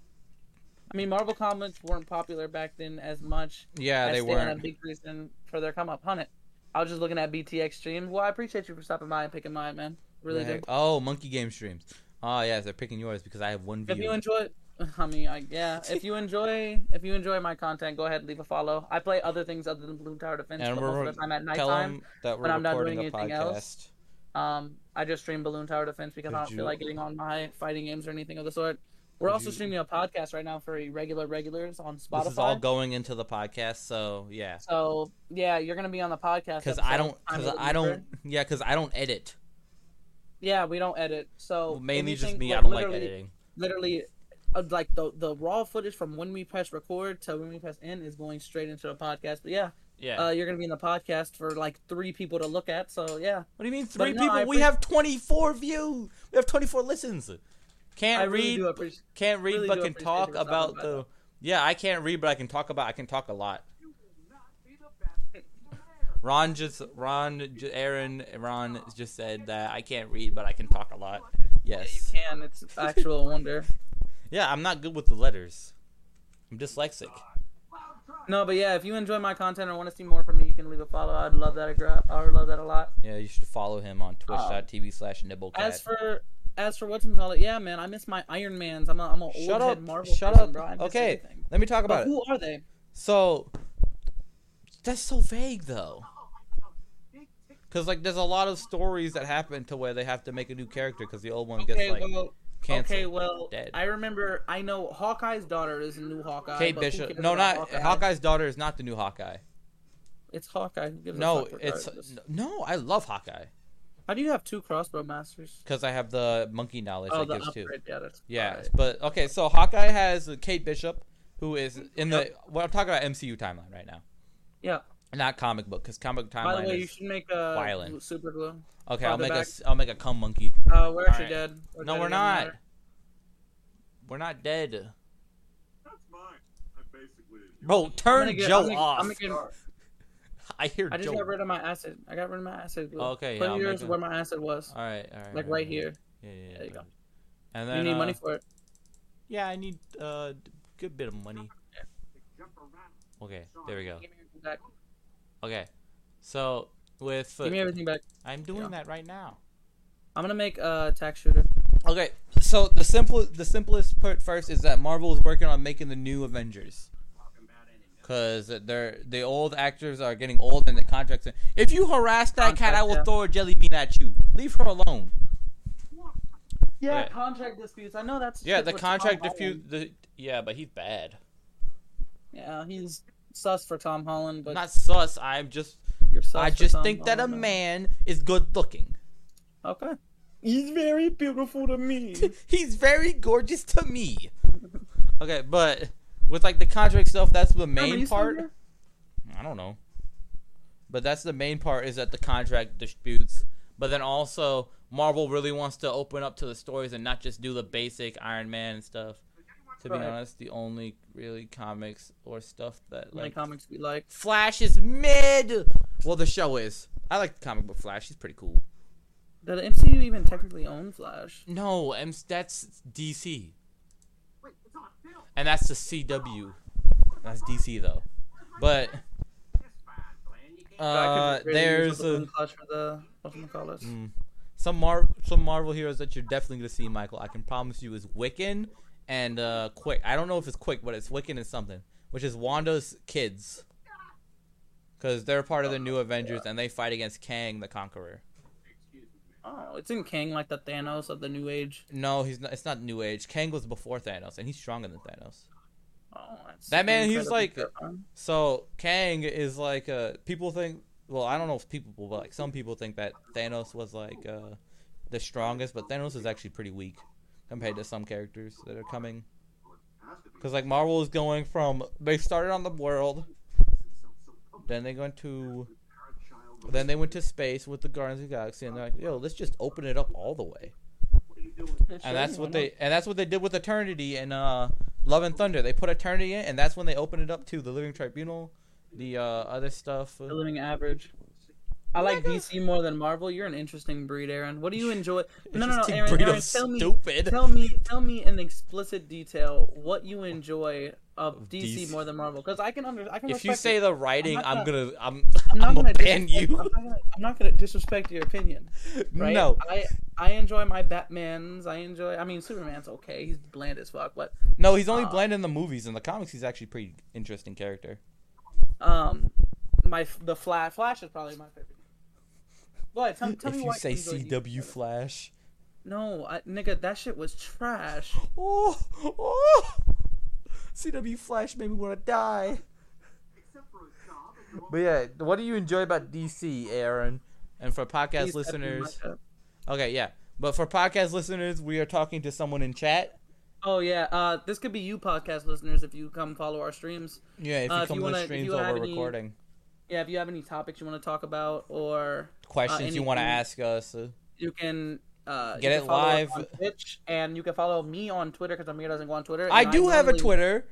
Speaker 2: I mean, Marvel comments weren't popular back then as much.
Speaker 3: Yeah,
Speaker 2: as
Speaker 3: they
Speaker 2: they were a
Speaker 3: weren't.
Speaker 2: big reason for their come up, hunt it. I was just looking at BTX streams. Well, I appreciate you for stopping by and picking mine, man. Really
Speaker 3: Right.
Speaker 2: do.
Speaker 3: Oh, monkey game streams. Oh yes, they're picking yours because I have one
Speaker 2: If you
Speaker 3: view.
Speaker 2: enjoy, I mean, I, yeah. If you enjoy, if you enjoy my content, go ahead and leave a follow. I play other things other than Blue Tower Defense,
Speaker 3: And
Speaker 2: but
Speaker 3: we're-
Speaker 2: most of the time at
Speaker 3: Tell
Speaker 2: nighttime.
Speaker 3: them that we're
Speaker 2: when I'm not
Speaker 3: recording
Speaker 2: doing
Speaker 3: a
Speaker 2: anything
Speaker 3: podcast.
Speaker 2: else. Um, I just stream Balloon Tower Defense because I
Speaker 1: Did
Speaker 2: don't
Speaker 1: you-
Speaker 2: feel like getting on my fighting games or anything of the sort. We're
Speaker 1: Did
Speaker 2: also
Speaker 1: you-
Speaker 2: streaming a podcast right now for irregular regulars on Spotify.
Speaker 3: This is all going into the podcast, so yeah.
Speaker 2: so yeah, you're gonna be on the podcast
Speaker 3: Because
Speaker 2: episode
Speaker 3: I don't,
Speaker 2: time
Speaker 3: because
Speaker 2: of the
Speaker 3: I
Speaker 2: year.
Speaker 3: don't, yeah, because I don't edit.
Speaker 2: Yeah, we don't edit. So
Speaker 3: Mainly just
Speaker 2: Oh, anything-
Speaker 3: me.
Speaker 2: li-
Speaker 3: I don't like
Speaker 2: literally-
Speaker 3: editing.
Speaker 2: Literally, uh, like the the raw footage from when we press record to when we press end is going straight into the podcast. But yeah,
Speaker 3: Yeah.
Speaker 2: uh, you're gonna be in the podcast for like three people to look at. So yeah,
Speaker 3: what do you mean
Speaker 2: but
Speaker 3: three
Speaker 2: no,
Speaker 3: people?
Speaker 2: I
Speaker 3: we
Speaker 2: appre-
Speaker 3: have twenty four views. We have twenty four listens. Can't
Speaker 2: I really
Speaker 3: read.
Speaker 2: do appreciate.
Speaker 3: can't read,
Speaker 2: really
Speaker 3: but
Speaker 2: do
Speaker 3: can
Speaker 2: appreciate
Speaker 3: talk
Speaker 2: you stopping
Speaker 3: about
Speaker 2: by,
Speaker 3: the.
Speaker 2: though.
Speaker 3: Yeah, I can't read, but I can talk about. I can talk a lot. Ron just Ron j- Aaron Ron just said that I can't read, but I can talk a lot. Yes.
Speaker 2: You can. It's actual wonder.
Speaker 3: Yeah, I'm not good with the letters. I'm dyslexic.
Speaker 2: No, but yeah, if you enjoy my content or want to see more from me, you can leave a follow. I'd love that. A gra- I would love that a lot.
Speaker 3: Yeah, you should follow him on twitch.tv slash
Speaker 2: Um, As
Speaker 3: nibblecat.
Speaker 2: for as for what's it called, yeah, man, I miss my Iron Mans. I'm a I'm a old
Speaker 3: Shut
Speaker 2: head
Speaker 3: up.
Speaker 2: Marvel.
Speaker 3: Shut
Speaker 2: person,
Speaker 3: up.
Speaker 2: Bro. I miss
Speaker 3: Okay.
Speaker 2: everything.
Speaker 3: Let me talk
Speaker 2: But
Speaker 3: about it.
Speaker 2: who are they?
Speaker 3: So, that's so vague, though. Because, like, there's a lot of stories that happen to where they have to make a new character because the old one
Speaker 2: Okay,
Speaker 3: gets, like,
Speaker 2: well,
Speaker 3: canceled.
Speaker 2: okay, well,
Speaker 3: Dead.
Speaker 2: I remember. I know Hawkeye's daughter is a new Hawkeye.
Speaker 3: Kate
Speaker 2: but who
Speaker 3: Bishop.
Speaker 2: cares
Speaker 3: No,
Speaker 2: about
Speaker 3: not Hawkeye's daughter is not the new Hawkeye.
Speaker 2: It's Hawkeye. Who gives a
Speaker 3: No,
Speaker 2: fuck
Speaker 3: it's
Speaker 2: regardless?
Speaker 3: no. I love Hawkeye
Speaker 2: How do you have two crossbow masters?
Speaker 3: because I have the monkey knowledge
Speaker 2: Oh,
Speaker 3: that
Speaker 2: the
Speaker 3: gives two.
Speaker 2: upgrade. Yeah, that's
Speaker 3: Yeah,
Speaker 2: alright.
Speaker 3: but okay. So Hawkeye has uh, Kate Bishop, who is in the what I'm talking about MCU timeline right now,
Speaker 2: Yeah.
Speaker 3: not comic book because comic timeline.
Speaker 2: By the way, you
Speaker 3: is,
Speaker 2: should make a
Speaker 3: violent.
Speaker 2: super glue.
Speaker 3: okay,
Speaker 2: farther
Speaker 3: I'll make a
Speaker 2: back.
Speaker 3: s- I'll make a cum monkey.
Speaker 2: Uh, we're actually
Speaker 3: Alright.
Speaker 2: dead. We're
Speaker 3: No,
Speaker 2: dead,
Speaker 3: we're
Speaker 2: it doesn't
Speaker 3: not.
Speaker 2: matter.
Speaker 3: We're not dead,
Speaker 5: That's mine. I basically.
Speaker 3: bro.
Speaker 2: I'm
Speaker 3: Turn
Speaker 2: gonna get-
Speaker 3: Joe
Speaker 2: I'm gonna-
Speaker 3: off.
Speaker 2: I'm gonna-
Speaker 3: I hear
Speaker 2: I just
Speaker 3: Joe.
Speaker 2: got rid of my acid. I got rid of my acid glue.
Speaker 3: Okay,
Speaker 2: Put
Speaker 3: yeah, I'll
Speaker 2: yours
Speaker 3: make a-
Speaker 2: where my acid was,
Speaker 3: all right, all right.
Speaker 2: like
Speaker 3: all
Speaker 2: right here.
Speaker 3: Yeah, yeah. yeah
Speaker 2: There you go.
Speaker 3: And
Speaker 2: you
Speaker 3: then
Speaker 2: need
Speaker 3: uh,
Speaker 2: money for it.
Speaker 3: Yeah, I need a uh, d- good bit of money. Okay, there we go.
Speaker 2: Give me everything back.
Speaker 3: Okay, so with
Speaker 2: Give me everything back.
Speaker 3: I'm doing
Speaker 2: Yeah.
Speaker 3: that right now.
Speaker 2: I'm gonna make a tax shooter.
Speaker 3: Okay, so the simple the simplest part first is that Marvel is working on making the new Avengers because they're the old actors are getting old and the contracts. Are, if you harass that cat, I will
Speaker 2: Contract, yeah.
Speaker 3: throw a jelly bean at you. Leave her alone.
Speaker 2: Yeah,
Speaker 3: Okay.
Speaker 2: contract disputes. I know that's
Speaker 3: Yeah,
Speaker 2: shit
Speaker 3: the
Speaker 2: with
Speaker 3: contract
Speaker 2: Tom Holland.
Speaker 3: dispute. The yeah, but he's bad.
Speaker 2: Yeah, he's sus for Tom Holland, but
Speaker 3: Not sus. I'm just
Speaker 2: you're sus
Speaker 3: I
Speaker 2: for
Speaker 3: just
Speaker 2: Tom
Speaker 3: think that a
Speaker 2: Holland.
Speaker 3: man is good looking.
Speaker 2: Okay. He's very beautiful to me.
Speaker 3: He's very gorgeous to me. Okay, but with like the contract stuff, that's the main part. I don't know. But that's the main part is that the contract disputes. But then also Marvel really wants to open up to the stories and not just do the basic Iron Man and stuff. To be
Speaker 2: Right.
Speaker 3: honest, the only really comics or stuff that
Speaker 2: Like
Speaker 3: like
Speaker 2: comics we like.
Speaker 3: Flash is mid. Well, the show is. I like the comic book Flash. He's pretty cool.
Speaker 2: Did the MCU even technically own Flash?
Speaker 3: No, M- that's DC. And that's the CW. That's DC though. But uh,
Speaker 2: I could really
Speaker 3: there's
Speaker 2: use the
Speaker 3: a,
Speaker 2: blue Flash for the whatchamacallit.
Speaker 3: some Mar- some Marvel heroes that you're definitely gonna see, Michael. I can promise you is Wiccan and uh, Quick. I don't know if it's Quick, but it's Wiccan and something, which is Wanda's kids, because they're part of the New Avengers and they fight against Kang the Conqueror.
Speaker 2: Oh, it's in King like the Thanos of the New Age.
Speaker 3: No, he's not. It's not New Age. Kang was before Thanos, and he's stronger than Thanos.
Speaker 2: Oh, that's
Speaker 3: That man, he's
Speaker 2: incredibly
Speaker 3: like-
Speaker 2: terrifying.
Speaker 3: So Kang is like uh people think well I don't know if people but like some people think that Thanos was like uh the strongest but Thanos is actually pretty weak compared to some characters that are coming cuz like Marvel is going from they started on the world then they went to then they went to space with the Guardians of the Galaxy and they're like yo let's just open it up all the way
Speaker 2: Sure,
Speaker 3: and that's
Speaker 2: why
Speaker 3: what
Speaker 2: not?
Speaker 3: they and that's what they did with Eternity and uh, Love and Thunder. They put Eternity in, and that's when they opened it up to the Living Tribunal, the uh, other stuff.
Speaker 2: The living average. I like
Speaker 3: Nigga.
Speaker 2: DC more than Marvel. You're an interesting breed, Aaron. What do you enjoy? No, no, no,
Speaker 3: Interesting
Speaker 2: Aaron.
Speaker 3: breed of
Speaker 2: Aaron tell me,
Speaker 3: stupid.
Speaker 2: tell me, tell me in explicit detail what you enjoy of DC,
Speaker 3: DC.
Speaker 2: more than Marvel, because I can under, I can.
Speaker 3: If you
Speaker 2: respect
Speaker 3: say
Speaker 2: it.
Speaker 3: the writing,
Speaker 2: I'm
Speaker 3: I'm,
Speaker 2: not
Speaker 3: gonna I'm I'm, gonna ban
Speaker 2: disrespect-
Speaker 3: you.
Speaker 2: I'm not gonna, I'm not gonna disrespect your opinion. Right?
Speaker 3: No,
Speaker 2: I I enjoy my Batman's. I enjoy. I mean, Superman's okay. He's bland as fuck, but
Speaker 3: no, he's only
Speaker 2: Uh,
Speaker 3: bland in the movies. In the comics, he's actually pretty interesting character.
Speaker 2: um, my the Flash. Flash is probably my favorite. What? Tell, tell
Speaker 1: if
Speaker 2: me
Speaker 1: you
Speaker 2: why
Speaker 1: say
Speaker 2: Eagle Eagle-
Speaker 1: CW Flash.
Speaker 2: No, I, nigga, that shit was trash.
Speaker 1: Oh, oh! CW Flash made me want to die. But yeah, what do you enjoy about DC, Aaron?
Speaker 3: And for podcast
Speaker 2: Please cut me
Speaker 3: listeners,
Speaker 2: my-
Speaker 3: okay, yeah. But for podcast listeners, we are talking to someone in chat.
Speaker 2: Oh yeah, uh, this could be you, podcast listeners, if you come follow our streams.
Speaker 3: Yeah, if you
Speaker 2: Uh, if
Speaker 3: come
Speaker 2: you
Speaker 3: to
Speaker 2: wanna-
Speaker 3: the
Speaker 2: if
Speaker 3: streams
Speaker 2: you
Speaker 3: while
Speaker 2: have
Speaker 3: we're
Speaker 2: any uh,
Speaker 3: recording,
Speaker 2: Yeah, if you have any topics you want to talk about, or
Speaker 3: questions you want to
Speaker 2: anything-
Speaker 3: ask us. uh,
Speaker 2: you can uh,
Speaker 3: Get
Speaker 2: you
Speaker 3: it
Speaker 2: can follow us
Speaker 3: live.
Speaker 2: on Twitch, and you can follow me on Twitter because Amir doesn't go on Twitter.
Speaker 3: I
Speaker 2: and
Speaker 3: do have a
Speaker 2: normally-
Speaker 3: Twitter.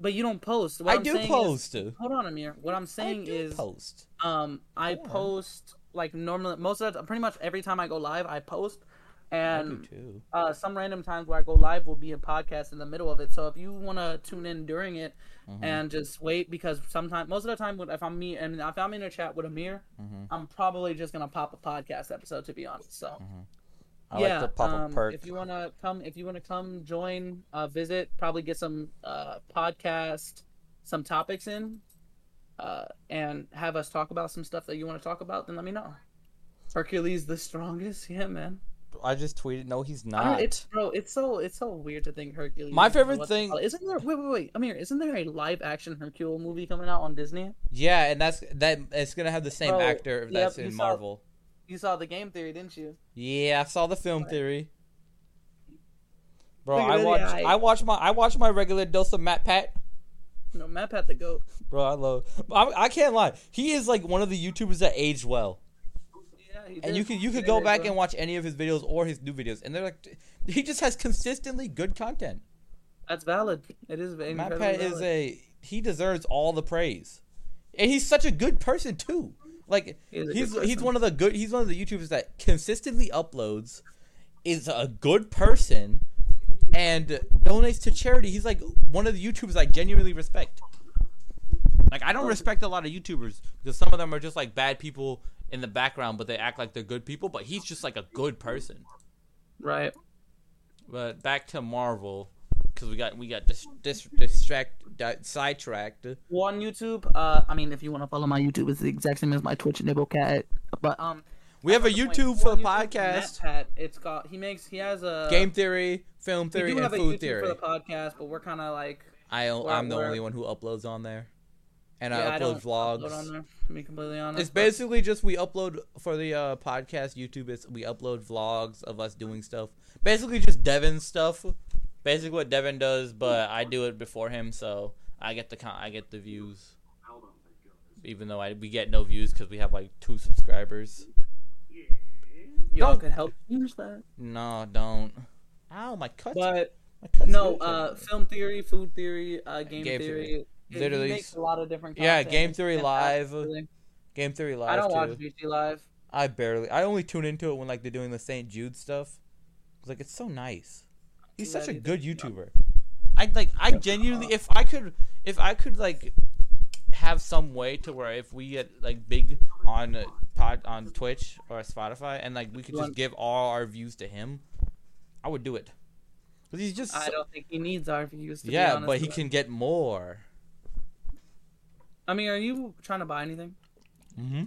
Speaker 2: but you don't post. What
Speaker 3: I
Speaker 2: I'm
Speaker 3: do
Speaker 2: saying is-
Speaker 3: post. uh,
Speaker 2: hold on, Amir. What I'm
Speaker 3: I
Speaker 2: saying
Speaker 3: do
Speaker 2: is,
Speaker 3: post.
Speaker 2: um, I
Speaker 3: Go on.
Speaker 2: post like normally most of the pretty much every time I go live, I post,
Speaker 3: I do
Speaker 2: and
Speaker 3: too.
Speaker 2: uh, some random times where I go live will be a podcast in the middle of it. So if you want to tune in during it
Speaker 3: Mm-hmm.
Speaker 2: and just wait, because sometimes most of the time when- if I'm me and if I'm in a chat with Amir,
Speaker 3: Mm-hmm.
Speaker 2: I'm probably just gonna pop a podcast episode to be honest. So
Speaker 1: I like to pop
Speaker 2: um,
Speaker 1: a perk.
Speaker 2: If you wanna come, if you wanna come join, uh, visit, probably get some uh, podcast, some topics in, uh, and have us talk about some stuff that you want to talk about. Then let me know. Hercules the strongest, yeah, man.
Speaker 1: I just tweeted, no, he's
Speaker 2: I don't-
Speaker 1: not.
Speaker 2: It's bro, it's so it's so weird to think Hercules.
Speaker 1: My
Speaker 2: is the
Speaker 1: favorite
Speaker 2: what they
Speaker 1: thing-
Speaker 2: call it. isn't there. Wait, wait, wait. Amir, isn't there a live action Hercule movie coming out on Disney?
Speaker 3: Yeah, and that's that. It's gonna have the same
Speaker 2: Bro,
Speaker 3: actor
Speaker 2: yep,
Speaker 3: that's
Speaker 2: you
Speaker 3: in
Speaker 2: saw-
Speaker 3: Marvel.
Speaker 2: You saw the game theory, didn't you?
Speaker 3: Yeah, I saw the film theory. Bro,
Speaker 2: Look at
Speaker 3: I
Speaker 2: that
Speaker 3: watch.
Speaker 2: eye.
Speaker 3: I watch my. I watch my regular dose of Matt Pat.
Speaker 2: No, Matt had to go.
Speaker 3: Bro, I love. I, I can't lie. He is like one of the YouTubers that aged well.
Speaker 2: Yeah, he
Speaker 3: And you
Speaker 2: did.
Speaker 3: can you
Speaker 2: He
Speaker 3: could go
Speaker 2: did,
Speaker 3: back
Speaker 2: bro.
Speaker 3: and watch any of his videos or his new videos, and they're like, he just has consistently good content.
Speaker 2: That's valid. It is.
Speaker 3: Matt
Speaker 2: incredibly
Speaker 3: Pat is
Speaker 2: valid.
Speaker 3: a he deserves all the praise, and he's such a good person too. Like
Speaker 2: He is a good
Speaker 3: he's he's
Speaker 2: person.
Speaker 3: one of the good he's one of the YouTubers that consistently uploads, is a good person, and donates to charity. He's like one of the YouTubers I genuinely respect. Like I don't
Speaker 2: Oh.
Speaker 3: respect a lot of YouTubers because some of them are just like bad people in the background, but they act like they're good people. But he's just like a good person.
Speaker 2: right.
Speaker 3: But back to Marvel, because we got we got dis, dis, distract di- sidetracked.
Speaker 2: on YouTube. Uh, I mean, if you want to follow my YouTube, it's the exact same as my Twitch, Nibblecat. But um,
Speaker 3: We have a
Speaker 2: wait,
Speaker 3: YouTube for the
Speaker 2: on YouTube,
Speaker 3: podcast,
Speaker 2: Matt Pat, it's called. He makes. He has a
Speaker 3: game theory, film
Speaker 2: We
Speaker 3: theory,
Speaker 2: do
Speaker 3: and
Speaker 2: have a
Speaker 3: food
Speaker 2: YouTube for
Speaker 3: theory.
Speaker 2: the podcast, but we're kind of like.
Speaker 3: I o- I'm the
Speaker 2: where-
Speaker 3: only one who uploads on there, and
Speaker 2: Yeah,
Speaker 3: I
Speaker 2: I
Speaker 3: upload
Speaker 2: don't
Speaker 3: vlogs.
Speaker 2: upload on there. To be completely honest,
Speaker 3: It's
Speaker 2: but-
Speaker 3: basically just we upload for the uh, podcast YouTube. It's we upload vlogs of us doing stuff. Basically, just Devin stuff. Basically, what Devin does, but I do it before him, so I get the con- I get the views. Even though I we get no views because we have like two subscribers.
Speaker 2: y'all
Speaker 3: No.
Speaker 2: could help change that.
Speaker 3: No, don't. Ow, my cuts.
Speaker 2: But
Speaker 3: my cuts
Speaker 2: no,
Speaker 3: hurt.
Speaker 2: uh, film theory, food theory, uh, game,
Speaker 3: Game
Speaker 2: theory.
Speaker 3: theory.
Speaker 2: He- he
Speaker 3: Literally
Speaker 2: makes
Speaker 3: s-
Speaker 2: a lot of different.
Speaker 3: Yeah,
Speaker 2: content.
Speaker 3: Game Theory
Speaker 2: It's
Speaker 3: Live.
Speaker 2: fantastic.
Speaker 3: Game Theory Live
Speaker 2: I don't
Speaker 3: too.
Speaker 2: watch VT Live.
Speaker 3: I barely. I only tune into it when like they're doing the St. Jude stuff. It's like it's so nice. He's
Speaker 2: Yeah,
Speaker 3: such a
Speaker 2: dude,
Speaker 3: good YouTuber. I like. I genuinely, if I could, if I could like have some way to where if we get like big on uh, pod on Twitch or Spotify and like we could just
Speaker 2: Want-
Speaker 3: give all our views to him, I would do it. 'Cause he's just.
Speaker 2: I
Speaker 3: so-
Speaker 2: don't think he needs our views. To be
Speaker 3: yeah,
Speaker 2: honest
Speaker 3: but he
Speaker 2: with-
Speaker 3: can get more.
Speaker 2: I mean, are you trying to buy anything?
Speaker 3: Mm-hmm.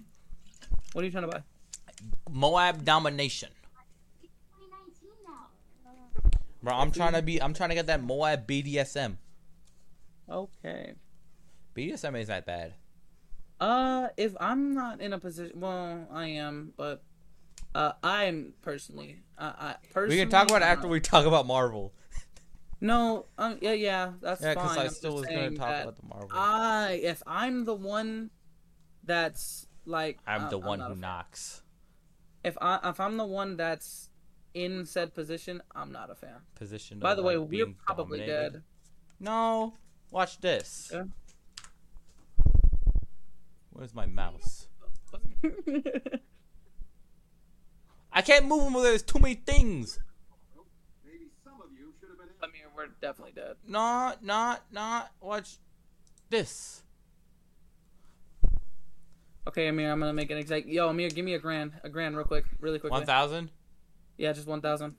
Speaker 2: What are you trying to buy?
Speaker 3: Moab domination. Bro, I'm
Speaker 2: That's
Speaker 3: trying to
Speaker 2: easy.
Speaker 3: be. I'm trying to get that Moab BDSM.
Speaker 2: Okay.
Speaker 3: BDSM is not bad.
Speaker 2: Uh, if I'm not in a position, well, I am, but uh, I'm personally, uh, I personally,
Speaker 3: We can talk about it
Speaker 2: I'm
Speaker 3: after
Speaker 2: not-
Speaker 3: we talk about Marvel.
Speaker 2: No, um, yeah, yeah, that's
Speaker 3: Yeah,
Speaker 2: fine.
Speaker 3: because I
Speaker 2: I'm
Speaker 3: still
Speaker 2: just
Speaker 3: was going
Speaker 2: saying
Speaker 3: to talk
Speaker 2: that
Speaker 3: about the Marvel.
Speaker 2: I, if I'm the one that's like,
Speaker 3: I'm
Speaker 2: uh,
Speaker 3: the one
Speaker 2: not
Speaker 3: who
Speaker 2: a fan.
Speaker 3: knocks.
Speaker 2: If I, if I'm the one that's in said position, I'm not a fan.
Speaker 3: Position.
Speaker 2: By
Speaker 3: of,
Speaker 2: the way,
Speaker 3: like,
Speaker 2: we're
Speaker 3: being
Speaker 2: probably
Speaker 3: dominated.
Speaker 2: dead.
Speaker 3: No, watch this.
Speaker 2: Yeah.
Speaker 3: Where's my mouse? I can't move him. There's too many things.
Speaker 2: I mean, we're definitely dead.
Speaker 3: Not, not, not. Watch this.
Speaker 2: Okay, Amir, I'm gonna make an exact. Yo, Amir, give me a grand, a grand, real quick, really quickly.
Speaker 3: One thousand.
Speaker 2: Yeah, just one thousand.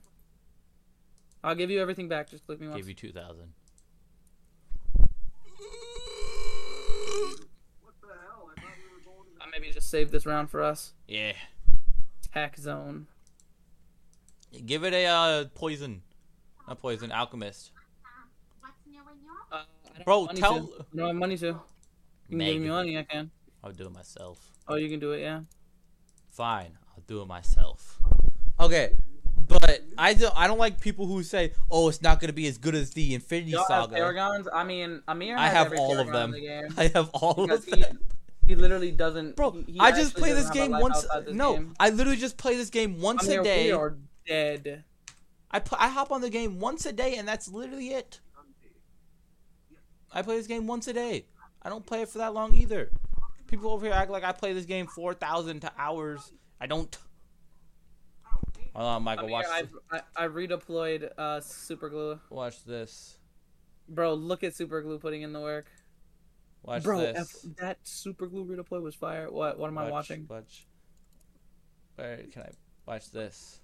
Speaker 2: I'll give you everything back. Just click me once.
Speaker 3: Give you two thousand.
Speaker 2: Uh, maybe just save this round for us.
Speaker 3: Yeah.
Speaker 2: attack zone.
Speaker 3: Give it a uh, poison, not poison, alchemist.
Speaker 2: Uh, I don't
Speaker 3: Bro,
Speaker 2: have money
Speaker 3: tell-
Speaker 2: To. No money to. You can give me
Speaker 3: Meg.
Speaker 2: money. I can.
Speaker 3: I'll do it myself.
Speaker 2: Oh, you can do it. Yeah.
Speaker 3: Fine, I'll do it myself. Okay, but I don't. I don't like people who say, "Oh, it's not gonna be as good as the Infinity
Speaker 2: Y'all have
Speaker 3: Saga."
Speaker 2: paragons. I mean, Amir.
Speaker 3: I
Speaker 2: has
Speaker 3: have
Speaker 2: every
Speaker 3: all of
Speaker 2: paragon
Speaker 3: them.
Speaker 2: in the game.
Speaker 3: I have all
Speaker 2: Because
Speaker 3: of
Speaker 2: he,
Speaker 3: them.
Speaker 2: he literally doesn't.
Speaker 3: Bro,
Speaker 2: he- he
Speaker 3: I just
Speaker 2: actually
Speaker 3: play this
Speaker 2: doesn't have a
Speaker 3: game
Speaker 2: life
Speaker 3: once.
Speaker 2: outside this
Speaker 3: no,
Speaker 2: game.
Speaker 3: I literally just play this game once
Speaker 2: Amir,
Speaker 3: a day.
Speaker 2: We are dead.
Speaker 3: I pl- I hop on the game once a day, and that's literally it. I play this game once a day. I don't play it for that long either. People over here act like I play this game four thousand to hours. I don't. Hold on, Michael.
Speaker 2: Amir,
Speaker 3: watch
Speaker 2: I, I, I redeployed uh, super glue.
Speaker 3: watch this.
Speaker 2: Bro, look at super glue putting in the work.
Speaker 3: Watch
Speaker 2: Bro,
Speaker 3: this.
Speaker 2: F, that super glue redeploy was fire. What? What am I
Speaker 3: Watch-
Speaker 2: watching?
Speaker 3: Watch. Where can I watch this?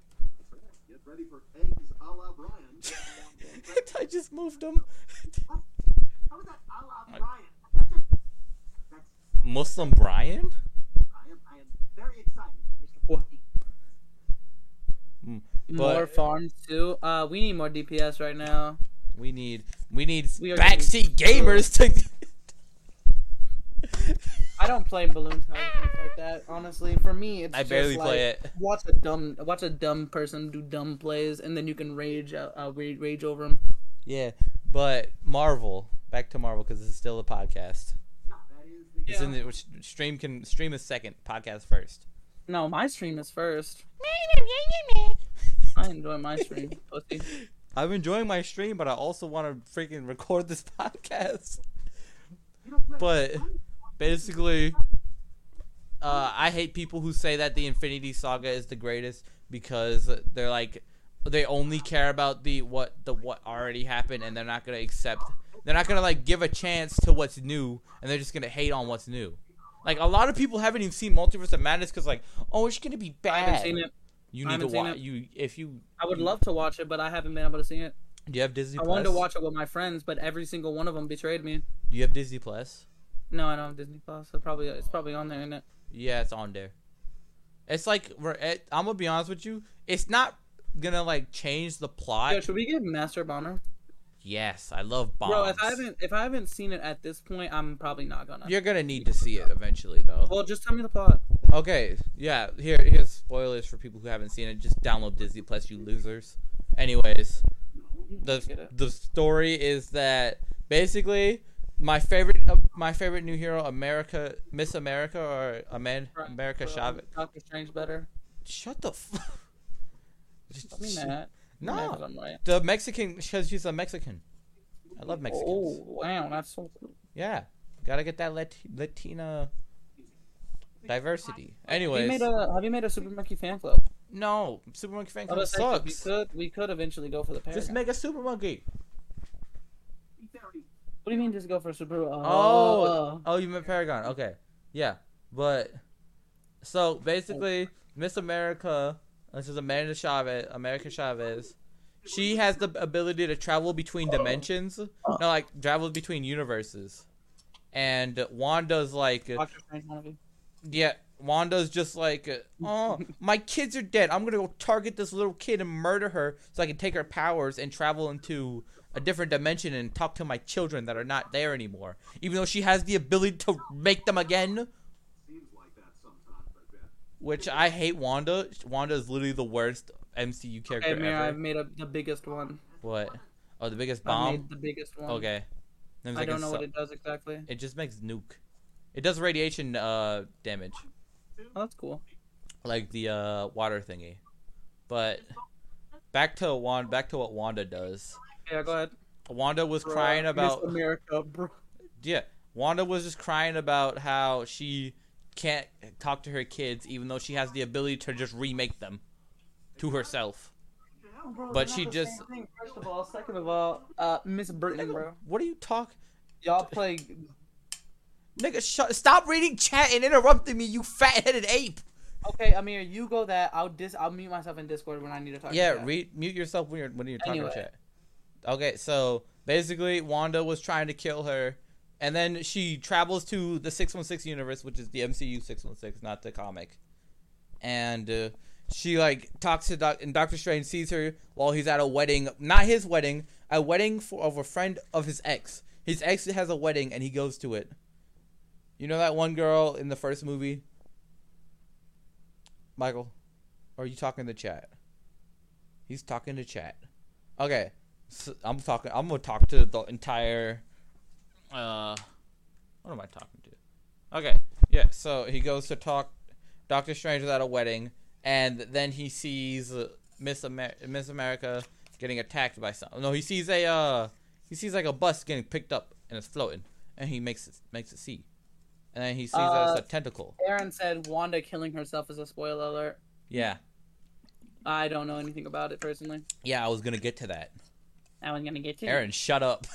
Speaker 6: Get ready for eggs a la Brian.
Speaker 3: I just moved him.
Speaker 6: How was that a la
Speaker 3: I-
Speaker 6: Brian? That's
Speaker 3: Muslim Brian?
Speaker 6: I am I am very excited.
Speaker 2: Wha-
Speaker 3: Mm,
Speaker 2: More
Speaker 3: but-
Speaker 2: farms too. Uh, we need more DPS right now.
Speaker 3: We need we need
Speaker 2: We are
Speaker 3: backseat
Speaker 2: getting-
Speaker 3: gamers to.
Speaker 2: I don't play balloon time things like that. Honestly, for me, it's
Speaker 3: I barely
Speaker 2: just
Speaker 3: play
Speaker 2: like,
Speaker 3: it.
Speaker 2: Watch a dumb, watch a dumb person do dumb plays, and then you can rage, uh, uh, rage, rage over them.
Speaker 3: Yeah, but Marvel. Back to Marvel because this is still a podcast. It's in the which stream can stream is second, podcast first.
Speaker 2: No, my stream is first. I enjoy my stream, pussy.
Speaker 3: I'm enjoying my stream, but I also want to freaking record this podcast. But basically, uh, I hate people who say that the Infinity Saga is the greatest because they're like they only care about the what the what already happened and they're not gonna accept they're not gonna like give a chance to what's new and they're just gonna hate on what's new. Like a lot of people haven't even seen Multiverse of Madness because like oh it's gonna be
Speaker 2: I
Speaker 3: bad.
Speaker 2: haven't seen it.
Speaker 3: You need to
Speaker 2: I haven't seen
Speaker 3: watch
Speaker 2: it.
Speaker 3: you if you
Speaker 2: I would love to watch it, but I haven't been able to see it.
Speaker 3: do you have Disney.
Speaker 2: I
Speaker 3: Plus?
Speaker 2: wanted to watch it with my friends, but every single one of them betrayed me.
Speaker 3: Do you have Disney Plus?
Speaker 2: No, I don't have Disney Plus. So probably it's probably on there, isn't it?
Speaker 3: Yeah, it's on there. It's like we're at, I'm gonna be honest with you. It's not gonna like change the plot.
Speaker 2: Yo, should we give Master Bomber?
Speaker 3: Yes, I love bombs.
Speaker 2: Bro, if I haven't if I haven't seen it at this point, I'm probably not gonna.
Speaker 3: You're gonna need to see it eventually, though.
Speaker 2: Well, just tell me the plot.
Speaker 3: Okay, yeah. Here, here's spoilers for people who haven't seen it. Just download Disney Plus, you losers. Anyways,
Speaker 2: Get
Speaker 3: the
Speaker 2: it.
Speaker 3: the story is that basically my favorite uh, my favorite new hero, America, Miss America, or Amen, America Chavez.
Speaker 2: Doctor Strange better.
Speaker 3: Shut the. F-
Speaker 2: I mean that.
Speaker 3: No.
Speaker 2: Maybe I'm right.
Speaker 3: The Mexican, because she's a Mexican. I love Mexicans.
Speaker 2: Oh wow, that's so cool.
Speaker 3: Yeah, gotta get that Lat- Latina diversity.
Speaker 2: Have you
Speaker 3: Anyways,
Speaker 2: made a Have you made a Super Monkey fan club?
Speaker 3: no, Super Monkey fan
Speaker 2: I
Speaker 3: club
Speaker 2: was like, we
Speaker 3: sucks.
Speaker 2: could we could eventually go for the paragon.
Speaker 3: Just make a Super Monkey.
Speaker 2: what do you mean just go for Super? Oh,
Speaker 3: Oh, oh, you meant Paragon. Okay, yeah, but so basically, Miss America, this is Amanda Chavez. America Chavez. She has the ability to travel between dimensions. No, like travel between universes. And Wanda's like,
Speaker 2: Doctor Strange one of you.
Speaker 3: Yeah, Wanda's just like, oh, my kids are dead. I'm gonna go target this little kid and murder her so I can take her powers and travel into a different dimension and talk to my children that are not there anymore. Even though she has the ability to make them again,
Speaker 6: Seems like that sometimes, I bet.
Speaker 3: which I hate. Wanda. Wanda is literally the worst MCU character
Speaker 2: Hey, Mir,
Speaker 3: ever.
Speaker 2: I've made a, the biggest one.
Speaker 3: What? Oh, the biggest
Speaker 2: I
Speaker 3: bomb.
Speaker 2: made the biggest one.
Speaker 3: Okay. It was
Speaker 2: I
Speaker 3: like
Speaker 2: don't
Speaker 3: a
Speaker 2: know
Speaker 3: su-
Speaker 2: what it does exactly.
Speaker 3: It just makes nuke. It does radiation uh damage.
Speaker 2: Oh, that's cool.
Speaker 3: like the uh, water thingy. But back to Wanda, back to what Wanda does.
Speaker 2: Yeah, go ahead.
Speaker 3: Wanda was
Speaker 2: Bruh,
Speaker 3: crying
Speaker 2: Miss
Speaker 3: about
Speaker 2: America, bro.
Speaker 3: yeah. Wanda was just crying about how she can't talk to her kids, even though she has the ability to just remake them to herself. But she just-
Speaker 2: First of all, second of all, uh, Miss Britain, bro.
Speaker 3: What are you talk,
Speaker 2: Y'all play.
Speaker 3: nigga? Shut, stop reading chat and interrupting me, you fat-headed ape.
Speaker 2: Okay, Amir, you go that. I'll dis. I'll mute myself in Discord when I need to talk.
Speaker 3: Yeah,
Speaker 2: to you.
Speaker 3: read mute yourself when you're when you're talking
Speaker 2: Anyway.
Speaker 3: chat. Okay, so basically Wanda was trying to kill her and then she travels to the 616 universe, which is the MCU 616, not the comic. And uh, she like talks to doc and Doctor Strange sees her while he's at a wedding, not his wedding, a wedding for of a friend of his ex. His ex has a wedding and he goes to it. You know that one girl in the first movie? Michael, are you talking to chat? He's talking to chat. Okay, so I'm talking. I'm gonna talk to the entire. Uh, what am I talking to? Okay, yeah. So he goes to talk Doctor Strange is at a wedding, and then he sees uh, Miss Amer- Miss America getting attacked by something. No, he sees a uh, he sees like a bus getting picked up and it's floating, and he makes it makes it see, and then he sees that it's
Speaker 2: Uh,
Speaker 3: a tentacle.
Speaker 2: Aaron said Wanda killing herself is a spoiler alert.
Speaker 3: Yeah,
Speaker 2: I don't know anything about it personally.
Speaker 3: yeah. I was gonna get to that.
Speaker 2: I was gonna get you.
Speaker 3: Aaron, shut up.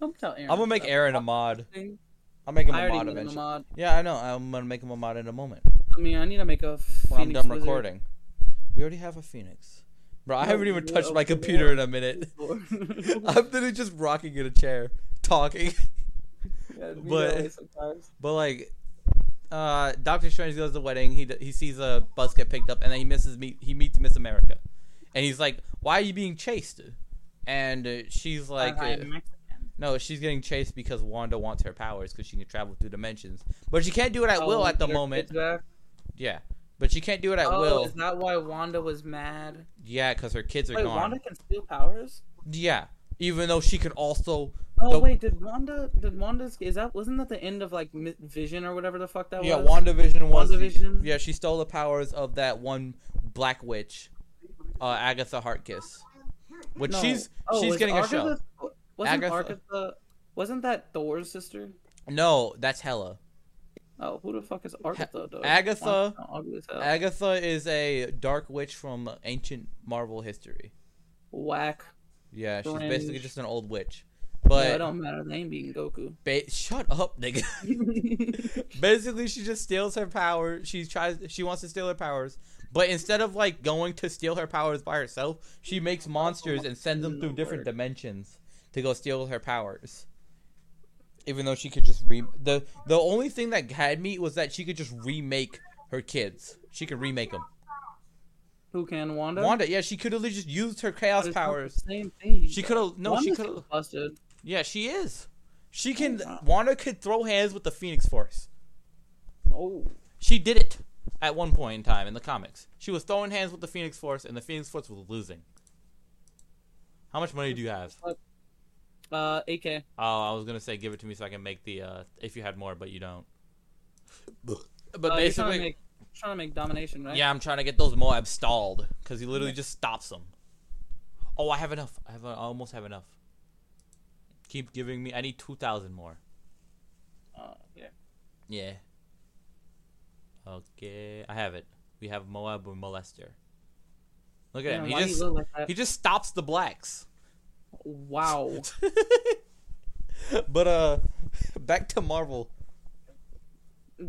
Speaker 2: don't tell Aaron.
Speaker 3: I'm gonna make
Speaker 2: stuff.
Speaker 3: Aaron a mod.
Speaker 2: Thing.
Speaker 3: I'll make him
Speaker 2: I
Speaker 3: a
Speaker 2: already
Speaker 3: mod
Speaker 2: made him a
Speaker 3: eventually.
Speaker 2: mod.
Speaker 3: Yeah, I know. I'm gonna make him a mod in a moment
Speaker 2: I mean, I need to make a.
Speaker 3: when I'm
Speaker 2: Phoenix
Speaker 3: done
Speaker 2: Wizard.
Speaker 3: recording. We already have a phoenix, bro. I
Speaker 2: No,
Speaker 3: haven't even
Speaker 2: we're
Speaker 3: touched my
Speaker 2: over there.
Speaker 3: computer in a minute. I'm literally just rocking in a chair, talking.
Speaker 2: Yeah, me
Speaker 3: But-
Speaker 2: always sometimes.
Speaker 3: But like, uh, Doctor Strange goes to the wedding. He he sees a bus get picked up, and then he misses meet he meets Miss America, and he's like, "Why are you being chased?" And uh, she's like,
Speaker 2: I-
Speaker 3: uh,
Speaker 2: I'm Mexican.
Speaker 3: "No, she's getting chased because Wanda wants her powers because she can travel through dimensions, but she can't do it at will
Speaker 2: Oh,
Speaker 3: at the
Speaker 2: you're-
Speaker 3: moment.
Speaker 2: is that-
Speaker 3: Yeah, but she can't do it at
Speaker 2: oh,
Speaker 3: will.
Speaker 2: is that why Wanda was mad?
Speaker 3: Yeah, because her kids are
Speaker 2: Wait,
Speaker 3: gone.
Speaker 2: Wanda can steal powers?
Speaker 3: Yeah, even though she can also
Speaker 2: Oh
Speaker 3: The-
Speaker 2: wait, did Wanda? Did Wanda's? Is that wasn't that the end of like Mi- Vision or whatever the fuck that
Speaker 3: yeah,
Speaker 2: was?
Speaker 3: WandaVision was
Speaker 2: WandaVision?
Speaker 3: yeah, she stole the powers of that one black witch, uh, Agatha Harkness. Which
Speaker 2: No.
Speaker 3: she's
Speaker 2: Oh,
Speaker 3: she's
Speaker 2: was
Speaker 3: getting
Speaker 2: Agatha,
Speaker 3: a show.
Speaker 2: Wasn't
Speaker 3: Agatha-
Speaker 2: Agatha? Wasn't that Thor's sister?
Speaker 3: No, that's Hella.
Speaker 2: Oh, who the fuck is Agatha? though?
Speaker 3: Agatha-
Speaker 2: Wanda's not ugly as hell.
Speaker 3: Agatha is a dark witch from ancient Marvel history.
Speaker 2: Whack.
Speaker 3: Yeah, she's
Speaker 2: Strange.
Speaker 3: basically just an old witch.
Speaker 2: No, it
Speaker 3: But
Speaker 2: don't matter. They ain't beating Goku.
Speaker 3: ba- shut up, nigga. basically she just steals her power she tries she wants to steal her powers but instead of like going to steal her powers by herself she makes monsters and sends them through different dimensions to go steal her powers even though she could just re the the only thing that had me was that she could just remake her kids she could remake them
Speaker 2: who can Wanda?
Speaker 3: wanda yeah she could have just used her chaos
Speaker 2: It's not the
Speaker 3: powers
Speaker 2: Same thing.
Speaker 3: she could have no she
Speaker 2: Wanda's
Speaker 3: could have
Speaker 2: busted.
Speaker 3: yeah she is she can
Speaker 2: wow.
Speaker 3: wanda could throw hands with the phoenix force
Speaker 2: Oh,
Speaker 3: She did it at one point in time in the comics. She was throwing hands with the Phoenix Force, and the Phoenix Force was losing. How much money do you have?
Speaker 2: uh, AK.
Speaker 3: Oh, I was gonna say give it to me so I can make the uh, if you had more, but you don't. But
Speaker 2: uh, you're trying
Speaker 3: basically,
Speaker 2: to make, trying to make domination, right?
Speaker 3: yeah, I'm trying to get those Moab stalled because he literally just stops them. Oh, I have enough. I have. I almost have enough. Keep giving me. I need two thousand more.
Speaker 2: Uh, yeah.
Speaker 3: Yeah. Okay, I have it. We have Moab or molester. Look at
Speaker 2: Yeah,
Speaker 3: him. He
Speaker 2: why do you
Speaker 3: just
Speaker 2: look like that?
Speaker 3: he just stops the blacks.
Speaker 2: Wow.
Speaker 3: but uh, back to Marvel.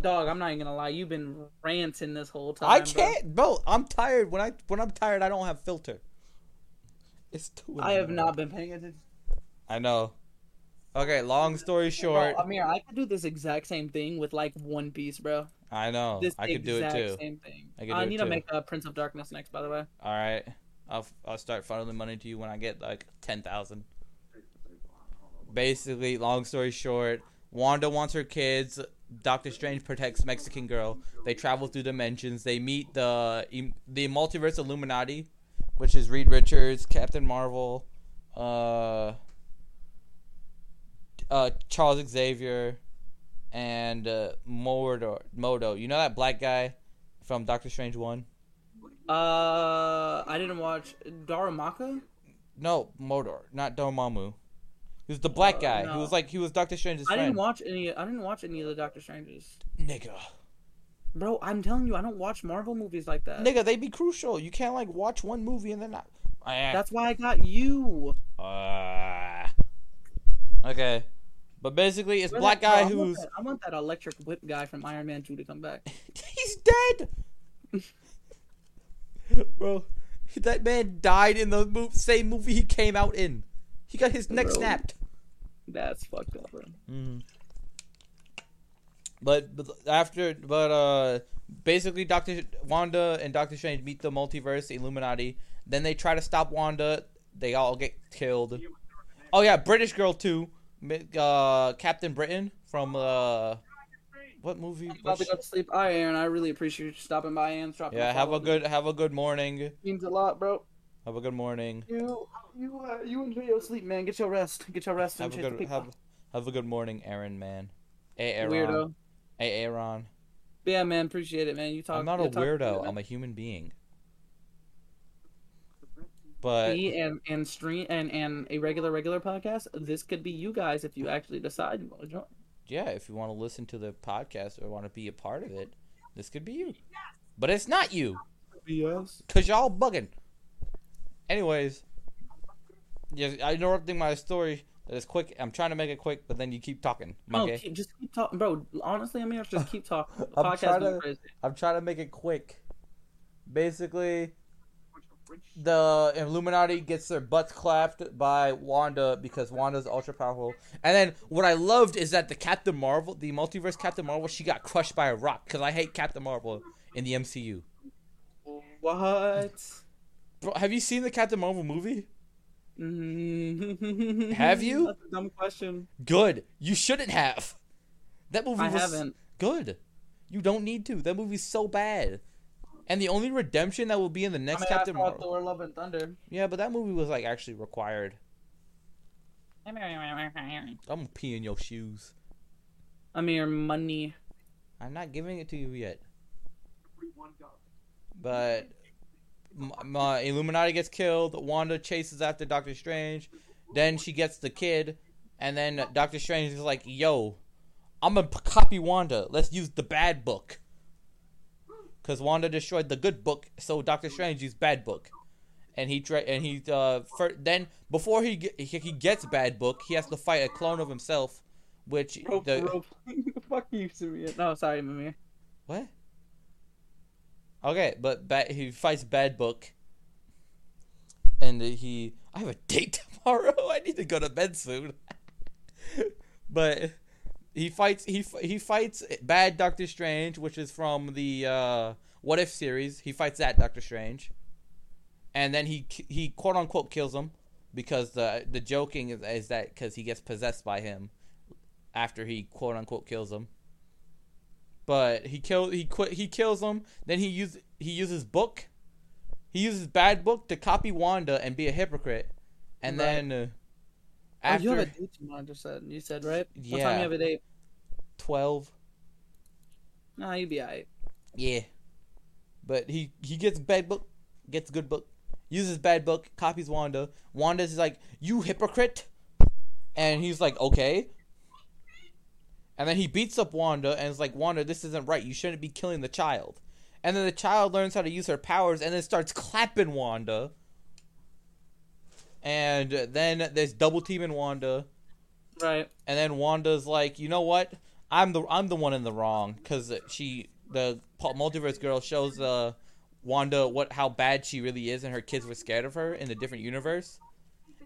Speaker 2: Dog, I'm not even gonna lie. You've been ranting this whole time.
Speaker 3: I
Speaker 2: bro.
Speaker 3: can't, bro. I'm tired. When I when I'm tired, I don't have filter. It's too.
Speaker 2: I have not been paying attention.
Speaker 3: I know. Okay. Long story short,
Speaker 2: Bro, Amir, I could do this exact same thing with like One Piece, bro.
Speaker 3: I know.
Speaker 2: This
Speaker 3: Oh, I could do it
Speaker 2: exact
Speaker 3: too.
Speaker 2: Same thing.
Speaker 3: I
Speaker 2: I,
Speaker 3: could do it
Speaker 2: need
Speaker 3: too.
Speaker 2: to make uh, Prince of Darkness next, by the way.
Speaker 3: All right. I'll I'll start funneling money to you when I get like ten thousand. Basically, long story short, Wanda wants her kids. Doctor Strange protects Mexican girl. They travel through dimensions. They meet the the multiverse Illuminati, which is Reed Richards, Captain Marvel, uh, uh, Charles Xavier, and uh, Mordo. Modo. You know that black guy from Doctor Strange One?
Speaker 2: Uh, I didn't watch Daramaka.
Speaker 3: No, Modor, not Dormammu. He was the black
Speaker 2: Uh,
Speaker 3: guy. He
Speaker 2: no.
Speaker 3: was like he was Doctor Strange's
Speaker 2: I
Speaker 3: friend.
Speaker 2: didn't watch any. I didn't watch any of the Doctor Stranges.
Speaker 3: Nigga,
Speaker 2: Bro, I'm telling you, I don't watch Marvel movies like that.
Speaker 3: nigga, they be crucial. You can't like watch one movie and then not.
Speaker 2: That's why I got you.
Speaker 3: Uh, okay, but basically, it's
Speaker 2: Where
Speaker 3: black
Speaker 2: the- bro,
Speaker 3: guy
Speaker 2: I want
Speaker 3: who's
Speaker 2: that- I want that electric whip guy from Iron Man 2 to come back.
Speaker 3: he's dead, bro. That man died in the mo- same movie he came out in. He got his neck
Speaker 2: Bro.
Speaker 3: snapped.
Speaker 2: That's fucked
Speaker 3: Mm-hmm.
Speaker 2: up, bro.
Speaker 3: But, but after, but uh, basically Doctor Wanda and Doctor Strange meet the multiverse, the Illuminati. Then they try to stop Wanda. They all get killed. Oh yeah, British girl too. Mi- Uh, Captain Britain from uh, what movie?
Speaker 2: I'm
Speaker 3: What
Speaker 2: about to
Speaker 3: sh-
Speaker 2: go to sleep. All right, Aaron. I really appreciate you stopping by and dropping.
Speaker 3: yeah,
Speaker 2: us
Speaker 3: have
Speaker 2: all
Speaker 3: a
Speaker 2: of
Speaker 3: good have a good morning.
Speaker 2: these. means a lot, bro.
Speaker 3: Have a good morning.
Speaker 2: You you uh, you enjoy your sleep, man. Get your rest. Get your rest.
Speaker 3: Have a
Speaker 2: and check the
Speaker 3: good
Speaker 2: people.
Speaker 3: have have a good morning, Aaron man. Hey Aaron.
Speaker 2: weirdo.
Speaker 3: Hey Aaron.
Speaker 2: But yeah, man. Appreciate it, man. You talk.
Speaker 3: I'm not a
Speaker 2: you talk to me,
Speaker 3: weirdo.
Speaker 2: man.
Speaker 3: I'm a human being. But
Speaker 2: Me and and stream and and a regular regular podcast. This could be you guys if you actually decide you want to join.
Speaker 3: yeah, if you want to listen to the podcast or want to be a part of it, this could be you. But it's not you,
Speaker 2: Yes.
Speaker 3: cause y'all bugging. Anyways, yeah, I interrupting my story that is quick. I'm trying to make it quick, but then you keep talking.
Speaker 2: No,
Speaker 3: monkey.
Speaker 2: keep, just keep talking, bro. Honestly, I mean, just keep talking. The
Speaker 3: I'm
Speaker 2: podcast
Speaker 3: trying
Speaker 2: went
Speaker 3: to-
Speaker 2: crazy.
Speaker 3: I'm trying to make it quick. Basically, the Illuminati gets their butts clapped by Wanda because Wanda's ultra powerful. And then what I loved is that the Captain Marvel, the multiverse Captain Marvel, she got crushed by a rock because I hate Captain Marvel in the MCU.
Speaker 2: What?
Speaker 3: Bro, have you seen the Captain Marvel movie?
Speaker 2: Have
Speaker 3: you?
Speaker 2: That's a dumb question.
Speaker 3: Good. You shouldn't have. That movie
Speaker 2: I
Speaker 3: was
Speaker 2: haven't.
Speaker 3: good. You don't need to. That movie's so bad. And the only redemption that will be in the
Speaker 2: I
Speaker 3: next
Speaker 2: mean,
Speaker 3: Captain
Speaker 2: I saw
Speaker 3: Marvel.
Speaker 2: Thor: Love and Thunder.
Speaker 3: Yeah, but that movie was like actually required. I'm peeing your shoes.
Speaker 2: I'm your money.
Speaker 3: I'm not giving it to you yet. But m- my Illuminati gets killed. Wanda chases after Doctor Strange. Then she gets the kid, and then Doctor Strange is like, "Yo, I'm gonna p- copy Wanda. Let's use the bad book." Cause Wanda destroyed the good book, so Doctor Strange used bad book, and he tra- and he uh fir- then before he, ge- he he gets bad book, he has to fight a clone of himself, which
Speaker 2: Rope,
Speaker 3: the
Speaker 2: rope. Fuck you, Samir. No, sorry, Mimir.
Speaker 3: what? Okay, but ba- he fights Bad Book, and he. I have a date tomorrow. I need to go to bed soon. but he fights. He f- he fights Bad Doctor Strange, which is from the uh, What If series. He fights that Doctor Strange, and then he ki- he quote unquote kills him because the the joking is, is that because he gets possessed by him after he quote unquote kills him but he kill he quit he kills him. Then he use he uses book, he uses bad book to copy Wanda and be a hypocrite, and
Speaker 2: Right.
Speaker 3: then uh,
Speaker 2: Oh,
Speaker 3: after
Speaker 2: you have a date tomorrow. Just said you said right. What
Speaker 3: Yeah.
Speaker 2: time you have a date?
Speaker 3: twelve,
Speaker 2: Nah, you be alright.
Speaker 3: yeah, but he he gets bad book, gets good book, uses bad book, copies Wanda. Wanda's like you hypocrite, and he's like okay. And then he beats up Wanda and is like, Wanda, this isn't right. You shouldn't be killing the child. And then the child learns how to use her powers and then starts clapping Wanda. And then there's double teaming Wanda.
Speaker 2: Right.
Speaker 3: And then Wanda's like, you know what? I'm the I'm the one in the wrong because she the pul- multiverse girl shows uh, Wanda what how bad she really is and her kids were scared of her in the different universe.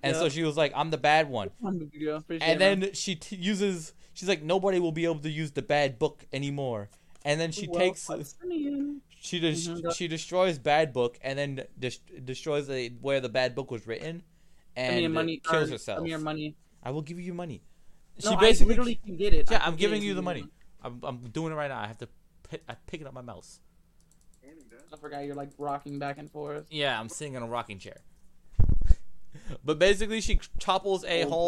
Speaker 3: And so
Speaker 2: Yeah.
Speaker 3: she was like, I'm the bad one
Speaker 2: Hundred degree, appreciate
Speaker 3: and
Speaker 2: it, man.
Speaker 3: then she t- uses she's like nobody will be able to use the bad book anymore and then she
Speaker 2: Well,
Speaker 3: takes
Speaker 2: Palestinian.
Speaker 3: she des-
Speaker 2: Mhm.
Speaker 3: she destroys bad book and then des- destroys the, where the bad book was written
Speaker 2: Give me your
Speaker 3: and
Speaker 2: money.
Speaker 3: kills
Speaker 2: or
Speaker 3: herself
Speaker 2: Give me your money.
Speaker 3: i will give you your money
Speaker 2: No,
Speaker 3: she
Speaker 2: I
Speaker 3: basically
Speaker 2: literally can get it.
Speaker 3: yeah
Speaker 2: I
Speaker 3: i'm
Speaker 2: can
Speaker 3: giving
Speaker 2: get it.
Speaker 3: you the money i'm, I'm doing it right now i have to pick, i pick it up my mouse
Speaker 2: I forgot you're like rocking back and forth.
Speaker 3: yeah i'm sitting in a rocking chair but basically she topples a
Speaker 2: Old
Speaker 3: whole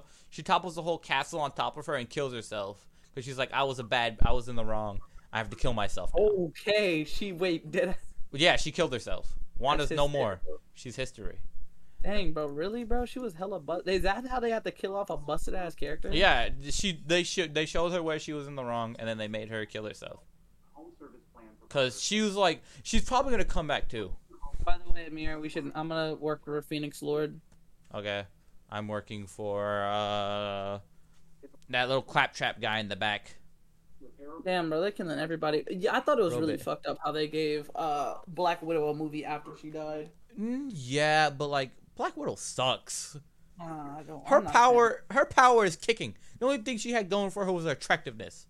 Speaker 3: uh she topples the whole castle on top of her and kills herself because she's like i was a bad i was in the wrong i have to kill myself now.
Speaker 2: Okay, she wait. Did
Speaker 3: Yeah, she killed herself. Wanda's
Speaker 2: That's
Speaker 3: no
Speaker 2: his
Speaker 3: more.
Speaker 2: thing.
Speaker 3: She's history.
Speaker 2: Dang, bro, really, bro? She was hella bust. Is that how they had to kill off a busted ass character?
Speaker 3: Yeah, she they should they showed her where she was in the wrong, and then they made her kill herself because she was like she's probably gonna come back too.
Speaker 2: By the way, Amir, we should. I'm gonna work for Phoenix Lord.
Speaker 3: Okay, I'm working for uh that little claptrap guy in the back.
Speaker 2: Damn, bro, they're killing everybody. Yeah, I thought it was really
Speaker 3: Robert.
Speaker 2: fucked up how they gave uh Black Widow a movie after she died.
Speaker 3: Mm, yeah, but like Black Widow sucks.
Speaker 2: Ah, I don't,
Speaker 3: Her
Speaker 2: I'm not a fan.
Speaker 3: power her power is kicking. The only thing she had going for her was her attractiveness.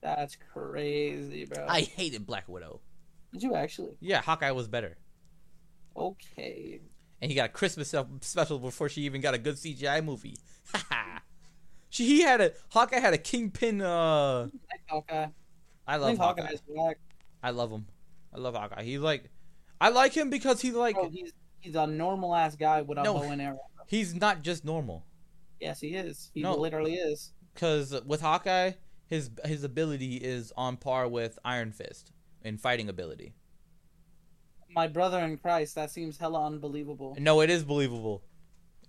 Speaker 2: That's crazy, bro.
Speaker 3: I hated Black Widow.
Speaker 2: Did you actually?
Speaker 3: Yeah, Hawkeye was better.
Speaker 2: Okay.
Speaker 3: and he got a Christmas se- special before she even got a good CGI movie. she he had a Hawkeye had a kingpin. Uh,
Speaker 2: I think Hawkeye.
Speaker 3: I
Speaker 2: I
Speaker 3: love
Speaker 2: think
Speaker 3: Hawkeye.
Speaker 2: Hawkeye's black.
Speaker 3: I love him. I love Hawkeye. He's like, I like him because he like
Speaker 2: Bro, he's he's a normal ass guy with a
Speaker 3: No.
Speaker 2: bow and arrow.
Speaker 3: he's not just normal.
Speaker 2: Yes, he is. He
Speaker 3: No.
Speaker 2: literally is.
Speaker 3: Because with Hawkeye, his his ability is on par with Iron Fist in fighting ability.
Speaker 2: My brother in Christ. That seems hella unbelievable.
Speaker 3: No, it is believable.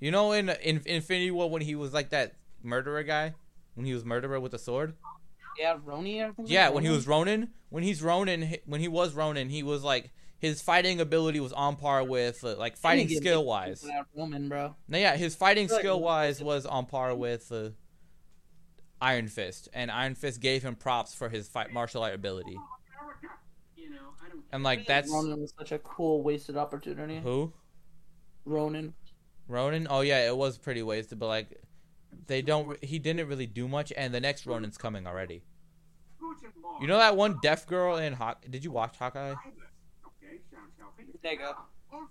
Speaker 3: You know, in in Infinity War when he was like that murderer guy, when he was murderer with the sword.
Speaker 2: Yeah, Roni. I think
Speaker 3: Yeah,
Speaker 2: it's
Speaker 3: when he
Speaker 2: Ronin.
Speaker 3: was Ronin, when he's Ronin, h- when he was Ronin, he was like his fighting ability was on par with uh, like
Speaker 2: He
Speaker 3: fighting
Speaker 2: didn't get
Speaker 3: skill
Speaker 2: beat
Speaker 3: wise.
Speaker 2: by that Woman, bro.
Speaker 3: No, yeah, his fighting
Speaker 2: Right.
Speaker 3: skill wise was on par with uh, Iron Fist, and Iron Fist gave him props for his fight martial art ability.
Speaker 6: You know, I don't.
Speaker 3: And like that's
Speaker 2: Ronin was such a cool wasted opportunity.
Speaker 3: who
Speaker 2: Ronin.
Speaker 3: Ronin. Oh yeah, it was pretty wasted, but like they don't. re- He didn't really do much, and the next Ronin's coming already. You know that one deaf girl in Hawk? Did you watch Hawkeye?
Speaker 6: Okay, sounds healthy.
Speaker 2: There you go.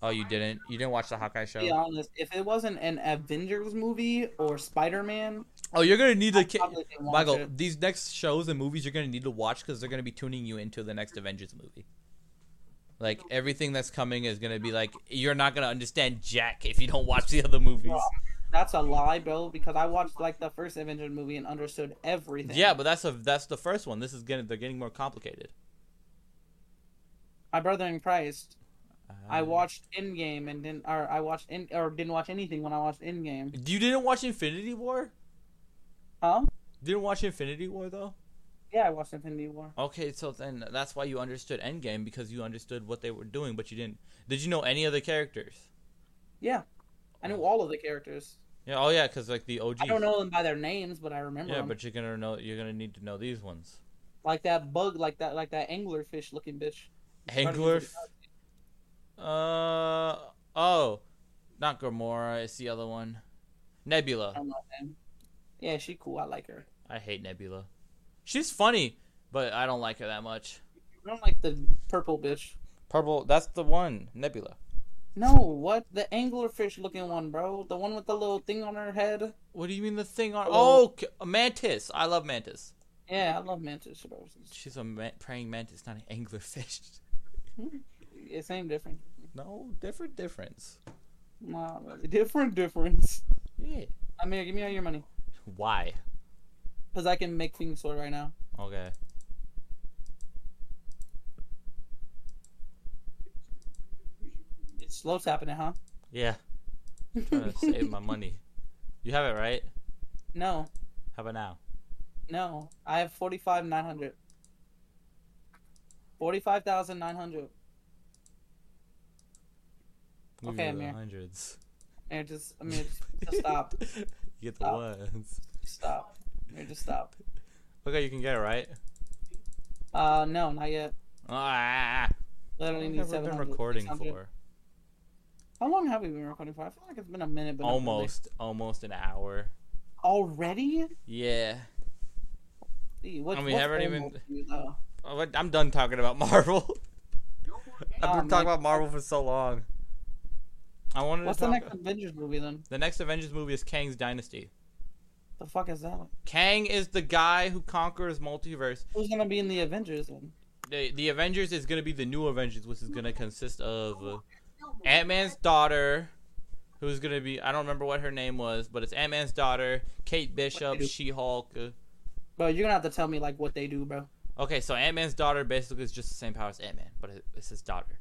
Speaker 3: Oh, you didn't. You didn't watch the Hawkeye show.
Speaker 2: be honest, if it wasn't an Avengers movie or Spider Man,
Speaker 3: Oh, you're gonna need to. ki-
Speaker 2: probably didn't watch
Speaker 3: Michael,
Speaker 2: it.
Speaker 3: these next shows and movies you're gonna need to watch because they're gonna be tuning you into the next Avengers movie. Like everything that's coming is gonna be like you're not gonna understand Jack if you don't watch the other movies.
Speaker 2: that's a lie, bro. Because I watched like the first Avengers movie and understood everything.
Speaker 3: Yeah, but that's a that's the first one. This is gonna they're getting more complicated.
Speaker 2: my brother in Christ, I
Speaker 3: Uh,
Speaker 2: watched Endgame and didn't, or I watched in, or didn't watch anything when I watched Endgame.
Speaker 3: You didn't watch Infinity War?
Speaker 2: Huh?
Speaker 3: Didn't watch Infinity War though?
Speaker 2: Yeah, I watched Infinity War.
Speaker 3: Okay, so then that's why you understood Endgame because you understood what they were doing, but you didn't. Did you know any of the characters?
Speaker 2: Yeah, I knew all of the characters.
Speaker 3: Yeah. Oh yeah, because like the OG.
Speaker 2: I don't know them by their names, but I remember
Speaker 3: Yeah,
Speaker 2: them. um,
Speaker 3: but you're gonna know. You're gonna need to know these ones.
Speaker 2: Like that bug, like that, like that anglerfish looking bitch.
Speaker 3: Hangler. Uh oh, not Gamora. It's the other one.
Speaker 2: I
Speaker 3: Nebula.
Speaker 2: don't know her name. Yeah, she cool. I like her.
Speaker 3: I hate Nebula. She's funny, but I don't like her that much.
Speaker 2: I don't like the purple bitch.
Speaker 3: Purple. That's the one. Nebula.
Speaker 2: No, what? The anglerfish looking one, bro. The one with the little thing on her head.
Speaker 3: What do you mean the thing on?
Speaker 2: Hello?
Speaker 3: Oh, K- Mantis. I love Mantis.
Speaker 2: Yeah, I love mantis, bro. It's-
Speaker 3: She's a ma- praying mantis, not an anglerfish.
Speaker 2: It's same difference.
Speaker 3: No, different difference.
Speaker 2: Nah, different difference.
Speaker 3: Yeah.
Speaker 2: Amir, give me all your money.
Speaker 3: Why?
Speaker 2: Because I can make things sword right now.
Speaker 3: Okay.
Speaker 2: It's slow's happening, huh?
Speaker 3: Yeah. Trying to save my money. You have it right.
Speaker 2: No,
Speaker 3: How about now?
Speaker 2: no. I have 45,900. 45,900.
Speaker 3: We
Speaker 2: Okay,
Speaker 3: were
Speaker 2: Amir.
Speaker 3: hundreds.
Speaker 2: Amir, just, Amir, just, just stop.
Speaker 3: you get the
Speaker 2: Stop.
Speaker 3: ones.
Speaker 2: Just stop. Amir, just stop.
Speaker 3: Okay, you can get it right.
Speaker 2: Uh, no, not yet.
Speaker 3: Ah,
Speaker 2: Literally
Speaker 3: I've
Speaker 2: need
Speaker 3: never
Speaker 2: 700.
Speaker 3: been recording
Speaker 2: 600.
Speaker 3: for
Speaker 2: How long have we been recording for? I feel like it's been a minute, but not really.
Speaker 3: almost almost an hour.
Speaker 2: Already?
Speaker 3: Yeah,
Speaker 2: See, What,
Speaker 3: And we
Speaker 2: what's
Speaker 3: haven't
Speaker 2: almost you, though?
Speaker 3: Oh, but I'm done talking about Marvel.
Speaker 6: No more games.
Speaker 3: I've
Speaker 2: Oh,
Speaker 3: been talking
Speaker 2: man.
Speaker 3: about Marvel for so long. I wanted
Speaker 2: What's
Speaker 3: to
Speaker 2: the
Speaker 3: talk.
Speaker 2: next Avengers movie then?
Speaker 3: the next Avengers movie is Kang's Dynasty.
Speaker 2: The fuck is that?
Speaker 3: Kang is the guy who conquers multiverse.
Speaker 2: Who's gonna be in the Avengers then?
Speaker 3: The, the Avengers is gonna be the new Avengers, which is gonna consist of. uh,
Speaker 6: No more
Speaker 3: Ant Man's daughter, who's gonna be I don't remember what her name was, but it's Ant Man's daughter, Kate Bishop, She Hulk.
Speaker 2: Bro, you're gonna have to tell me like what they do, bro.
Speaker 3: Okay, so Ant Man's daughter basically is just the same power as Ant Man, but it- it's his daughter.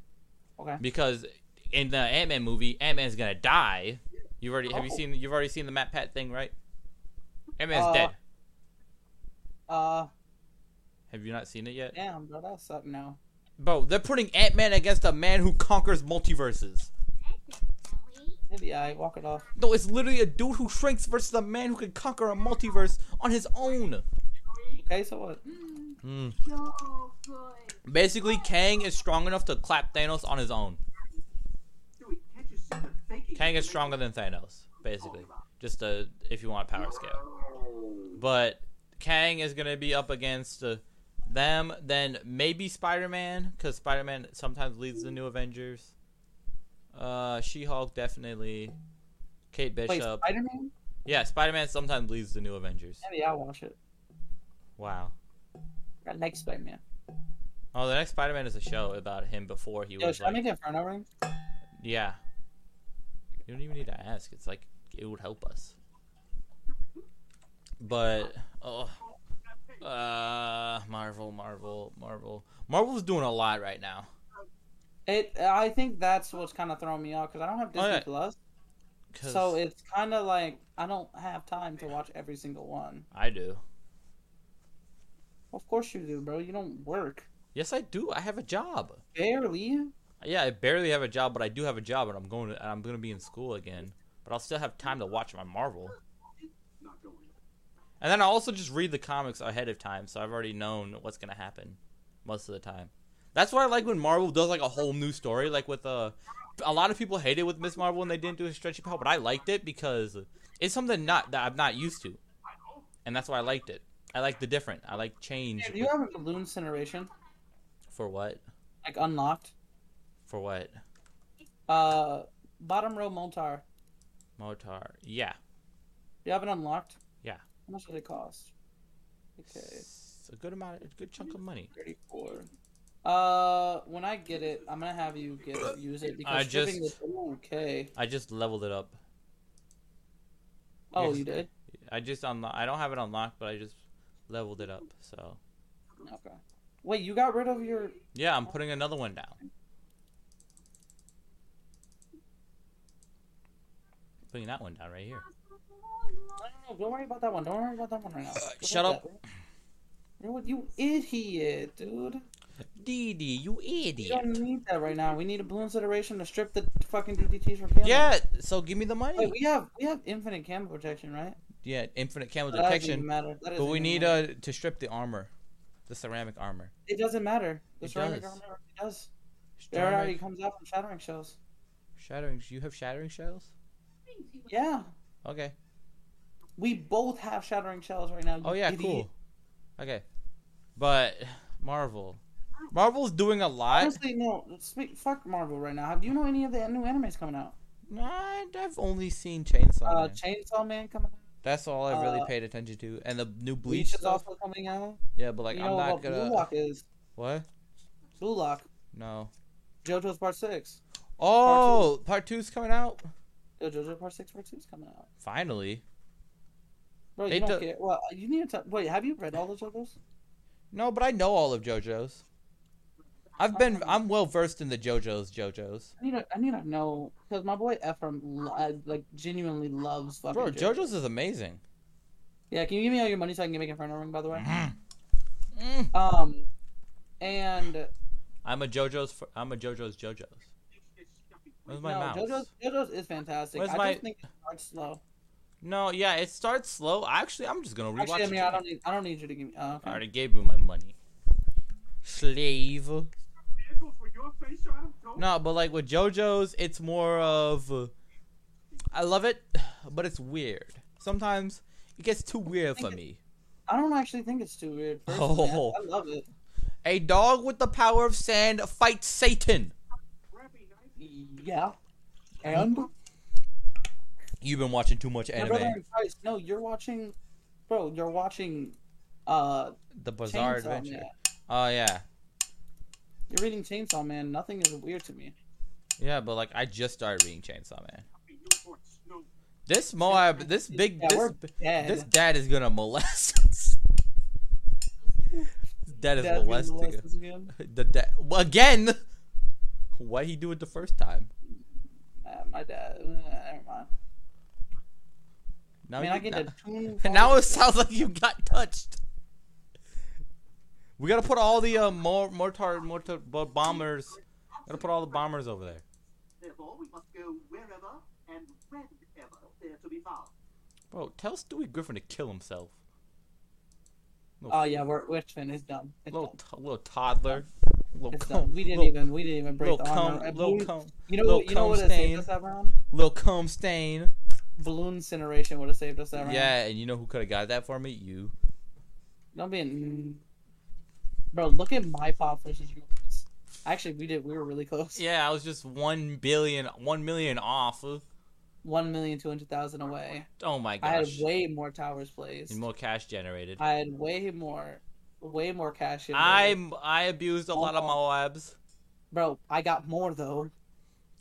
Speaker 2: Okay.
Speaker 3: Because in the Ant Man movie, Ant Man's gonna die. You've already have you
Speaker 2: Oh.
Speaker 3: seen you've already seen the Matt Pat thing, right? Ant Man's
Speaker 2: Uh,
Speaker 3: dead.
Speaker 2: Uh,
Speaker 3: Have you not seen it yet?
Speaker 2: damn, bro, that sucked. No.
Speaker 3: Bro, they're putting Ant Man against a man who conquers multiverses.
Speaker 2: Maybe I walk it off.
Speaker 3: No, it's literally a dude who shrinks versus a man who can conquer a multiverse on his own.
Speaker 2: Okay, so what?
Speaker 3: Mm.
Speaker 5: So good.
Speaker 3: Basically, Kang is strong enough to clap Thanos on his own.
Speaker 6: Dewey, can't you see the thinking
Speaker 3: Kang is
Speaker 6: information
Speaker 3: stronger than Thanos, basically. Just uh if you want power scale.
Speaker 6: Oh.
Speaker 3: But Kang is gonna be up against uh, them, then maybe Spider Man, because Spider Man sometimes leads the new Avengers. Uh, She Hulk definitely. Kate
Speaker 2: Wait,
Speaker 3: Bishop.
Speaker 2: Spider Man?
Speaker 3: yeah, Spider Man sometimes leads the new Avengers.
Speaker 2: Maybe I'll watch it.
Speaker 3: Wow.
Speaker 2: I like Spider Man.
Speaker 3: Oh, the next Spider Man is a show about him before he
Speaker 2: Yo,
Speaker 3: was
Speaker 2: should I
Speaker 3: like.
Speaker 2: make the Inferno ring?
Speaker 3: Yeah. You don't even need to ask. It's like it would help us. But oh, uh, Marvel, Marvel, Marvel. Marvel's doing a lot right now.
Speaker 2: It. I think that's what's kind of throwing me off because I don't have Disney
Speaker 3: Oh, yeah.
Speaker 2: Plus,
Speaker 3: 'cause
Speaker 2: so it's kind of like I don't have time to watch every single one.
Speaker 3: I do.
Speaker 2: Of course you do, bro. You don't work
Speaker 3: Yes, I do. I have a job.
Speaker 2: barely.
Speaker 3: Yeah, I barely have a job, but I do have a job, and I'm going to. And I'm going to be in school again, but I'll still have time to watch my Marvel.
Speaker 6: Not going.
Speaker 3: And then I also just read the comics ahead of time, so I've already known what's gonna happen most of the time. That's why I like when Marvel does like a whole new story, like with uh, a lot of people hated with Miss Marvel and they didn't do a stretchy power, but I liked it because it's something not that I'm not used to, and that's why I liked it. I like the different. I like change
Speaker 2: Do you have a balloon incineration
Speaker 3: for what?
Speaker 2: like unlocked?
Speaker 3: For what?
Speaker 2: Uh, bottom row Moltar.
Speaker 3: Motar. Yeah.
Speaker 2: You have it unlocked.
Speaker 3: Yeah.
Speaker 2: How much did it cost? Okay,
Speaker 3: It's a good amount, a good chunk of money.
Speaker 2: thirty-four. Uh, when I get it, I'm gonna have you get it, use it because
Speaker 3: I
Speaker 2: shipping
Speaker 3: just-
Speaker 2: is okay.
Speaker 3: I just leveled it up.
Speaker 2: Oh,
Speaker 3: Yes.
Speaker 2: you did?
Speaker 3: I just unlo- I don't have it unlocked, but I just leveled it up. So
Speaker 2: Okay. Wait, you got rid of your
Speaker 3: yeah, I'm putting another one down. Putting that one down right here.
Speaker 2: No, no, no, don't worry about that one. Don't worry about that one right now. Look at
Speaker 3: Uh, shut up.
Speaker 2: that. You know what, you idiot, dude.
Speaker 3: Dee you
Speaker 2: We
Speaker 3: idiot.
Speaker 2: don't need that right now. We need a blue incineration to strip the fucking DDTs from camera.
Speaker 3: Yeah, so give me the
Speaker 2: Wait,
Speaker 3: money.
Speaker 2: Oh, we have we have infinite camera protection, right?
Speaker 3: Yeah, infinite camel
Speaker 2: That doesn't even
Speaker 3: detection,
Speaker 2: matter. That
Speaker 3: but
Speaker 2: doesn't
Speaker 3: we
Speaker 2: even
Speaker 3: need
Speaker 2: matter.
Speaker 3: uh to strip the armor, the ceramic armor.
Speaker 2: It doesn't matter. The
Speaker 3: It
Speaker 2: ceramic
Speaker 3: does.
Speaker 2: armor already does. It already
Speaker 3: Ceramic,
Speaker 2: comes out from shattering shells.
Speaker 3: shattering. You have shattering shells.
Speaker 2: Yeah,
Speaker 3: Okay.
Speaker 2: we both have shattering shells right now. you
Speaker 3: Oh yeah,
Speaker 2: idiot.
Speaker 3: cool. Okay, but Marvel, Marvel's doing a lot.
Speaker 2: Honestly, no. Speak, fuck Marvel right now. Have you know any of the new animes coming out?
Speaker 3: I- I've only seen Chainsaw
Speaker 2: Uh,
Speaker 3: Man.
Speaker 2: Chainsaw Man coming out.
Speaker 3: That's all I've really
Speaker 2: uh,
Speaker 3: paid attention to. And the new Bleach
Speaker 2: Bleach is
Speaker 3: stuff.
Speaker 2: also coming out.
Speaker 3: Yeah, but like
Speaker 2: you
Speaker 3: I'm
Speaker 2: know
Speaker 3: not
Speaker 2: what
Speaker 3: gonna.
Speaker 2: Blue Lock is?
Speaker 3: What?
Speaker 2: Blue Lock.
Speaker 3: No.
Speaker 2: JoJo's Part Six.
Speaker 3: Oh, part two's coming out.
Speaker 2: Yo, JoJo Part Six, Part Six coming out.
Speaker 3: Finally.
Speaker 2: Bro,
Speaker 3: They
Speaker 2: you don't
Speaker 3: do-
Speaker 2: care. Well, you need to wait. Have you read all the JoJo's?
Speaker 3: No, but I know all of JoJo's. I've been. I'm well versed in the JoJo's. JoJo's.
Speaker 2: I need to. I need to know because my boy Ephraim lo- uh, like genuinely loves fucking.
Speaker 3: Bro,
Speaker 2: JoJo.
Speaker 3: JoJo's is amazing.
Speaker 2: Yeah, can you give me all your money so I can make Inferno Ring? By the way.
Speaker 3: Mm-hmm. Mm.
Speaker 2: Um, and
Speaker 3: I'm a JoJo's. fr- I'm a JoJo's JoJo's. Where's my
Speaker 2: no,
Speaker 3: mouse?
Speaker 2: JoJo's JoJo's is fantastic.
Speaker 3: Where's
Speaker 2: I
Speaker 3: my-
Speaker 2: just think it starts slow.
Speaker 3: No, yeah, it starts slow. Actually, I'm just gonna rewatch
Speaker 2: Actually, I
Speaker 3: it.
Speaker 2: mean, I don't need. I don't need you to give me. Oh,
Speaker 3: I
Speaker 2: okay.
Speaker 3: already gave you my money. Slave.
Speaker 6: Vehicles with your face on them? Go.
Speaker 3: No, but like with JoJo's, it's more of uh, I love it, but it's weird. Sometimes it gets too weird for me.
Speaker 2: I don't actually think it's too weird. Personally.
Speaker 3: Oh.
Speaker 2: I, I love it.
Speaker 3: A dog with the power of sand fights Satan.
Speaker 6: Grabbing knife.
Speaker 2: Yeah. And
Speaker 3: You've been watching too much
Speaker 2: my brother
Speaker 3: anime.
Speaker 2: in Christ. No, you're watching, bro. You're watching. Uh,
Speaker 3: The Bizarre
Speaker 2: Chainsaw
Speaker 3: Adventure.
Speaker 2: Man.
Speaker 3: Oh yeah,
Speaker 2: You're reading Chainsaw Man. Nothing is weird to me.
Speaker 3: yeah, but like I just started reading Chainsaw Man.
Speaker 6: Be Newport Snow.
Speaker 3: This Moab, this big,
Speaker 2: Yeah,
Speaker 3: this,
Speaker 2: we're dead.
Speaker 3: this dad is gonna molest us. This dad is
Speaker 2: Dad being
Speaker 3: molesting us.
Speaker 2: molested again.
Speaker 3: The dad again. Why he do it the first time?
Speaker 2: Nah, my dad. uh, Never mind.
Speaker 3: Now
Speaker 2: I mean, I
Speaker 3: you-
Speaker 2: get
Speaker 3: now-
Speaker 2: to tune.
Speaker 3: And now it sounds like you got touched. We gotta put all the uh, mor- mortar, mortar bo- bombers. Gotta put all the bombers over there.
Speaker 6: Therefore, we must go wherever and whenever they're to be found.
Speaker 3: Bro, tell Stewie Griffin to kill himself.
Speaker 2: Oh yeah, we're Richmond is dumb. It's
Speaker 3: Little,
Speaker 2: dumb.
Speaker 3: t- little toddler. Little
Speaker 2: It's dumb.
Speaker 3: cum.
Speaker 2: We didn't
Speaker 3: little,
Speaker 2: even. We didn't even break
Speaker 3: little
Speaker 2: the armor.
Speaker 3: cum.
Speaker 2: Uh,
Speaker 3: Little
Speaker 2: balloon-
Speaker 3: cum.
Speaker 2: You know.
Speaker 3: little
Speaker 2: you know
Speaker 3: cum
Speaker 2: what would have
Speaker 3: stain.
Speaker 2: saved us that round?
Speaker 3: Little cum stain.
Speaker 2: Balloon incineration would have saved us that round.
Speaker 3: Yeah, and you know who could have got that for me? You.
Speaker 2: Don't be. An... Bro, look at my pop versus yours. Actually, we did. We were really close.
Speaker 3: Yeah, I was just one billion, one million off.
Speaker 2: One million two hundred thousand away.
Speaker 3: Oh my
Speaker 2: I had
Speaker 3: gosh.
Speaker 2: way more towers placed.
Speaker 3: And more cash generated.
Speaker 2: I had way more, way more cash. in there.
Speaker 3: I I abused a lot of my
Speaker 2: Oh.
Speaker 3: labs.
Speaker 2: bro, I got more though.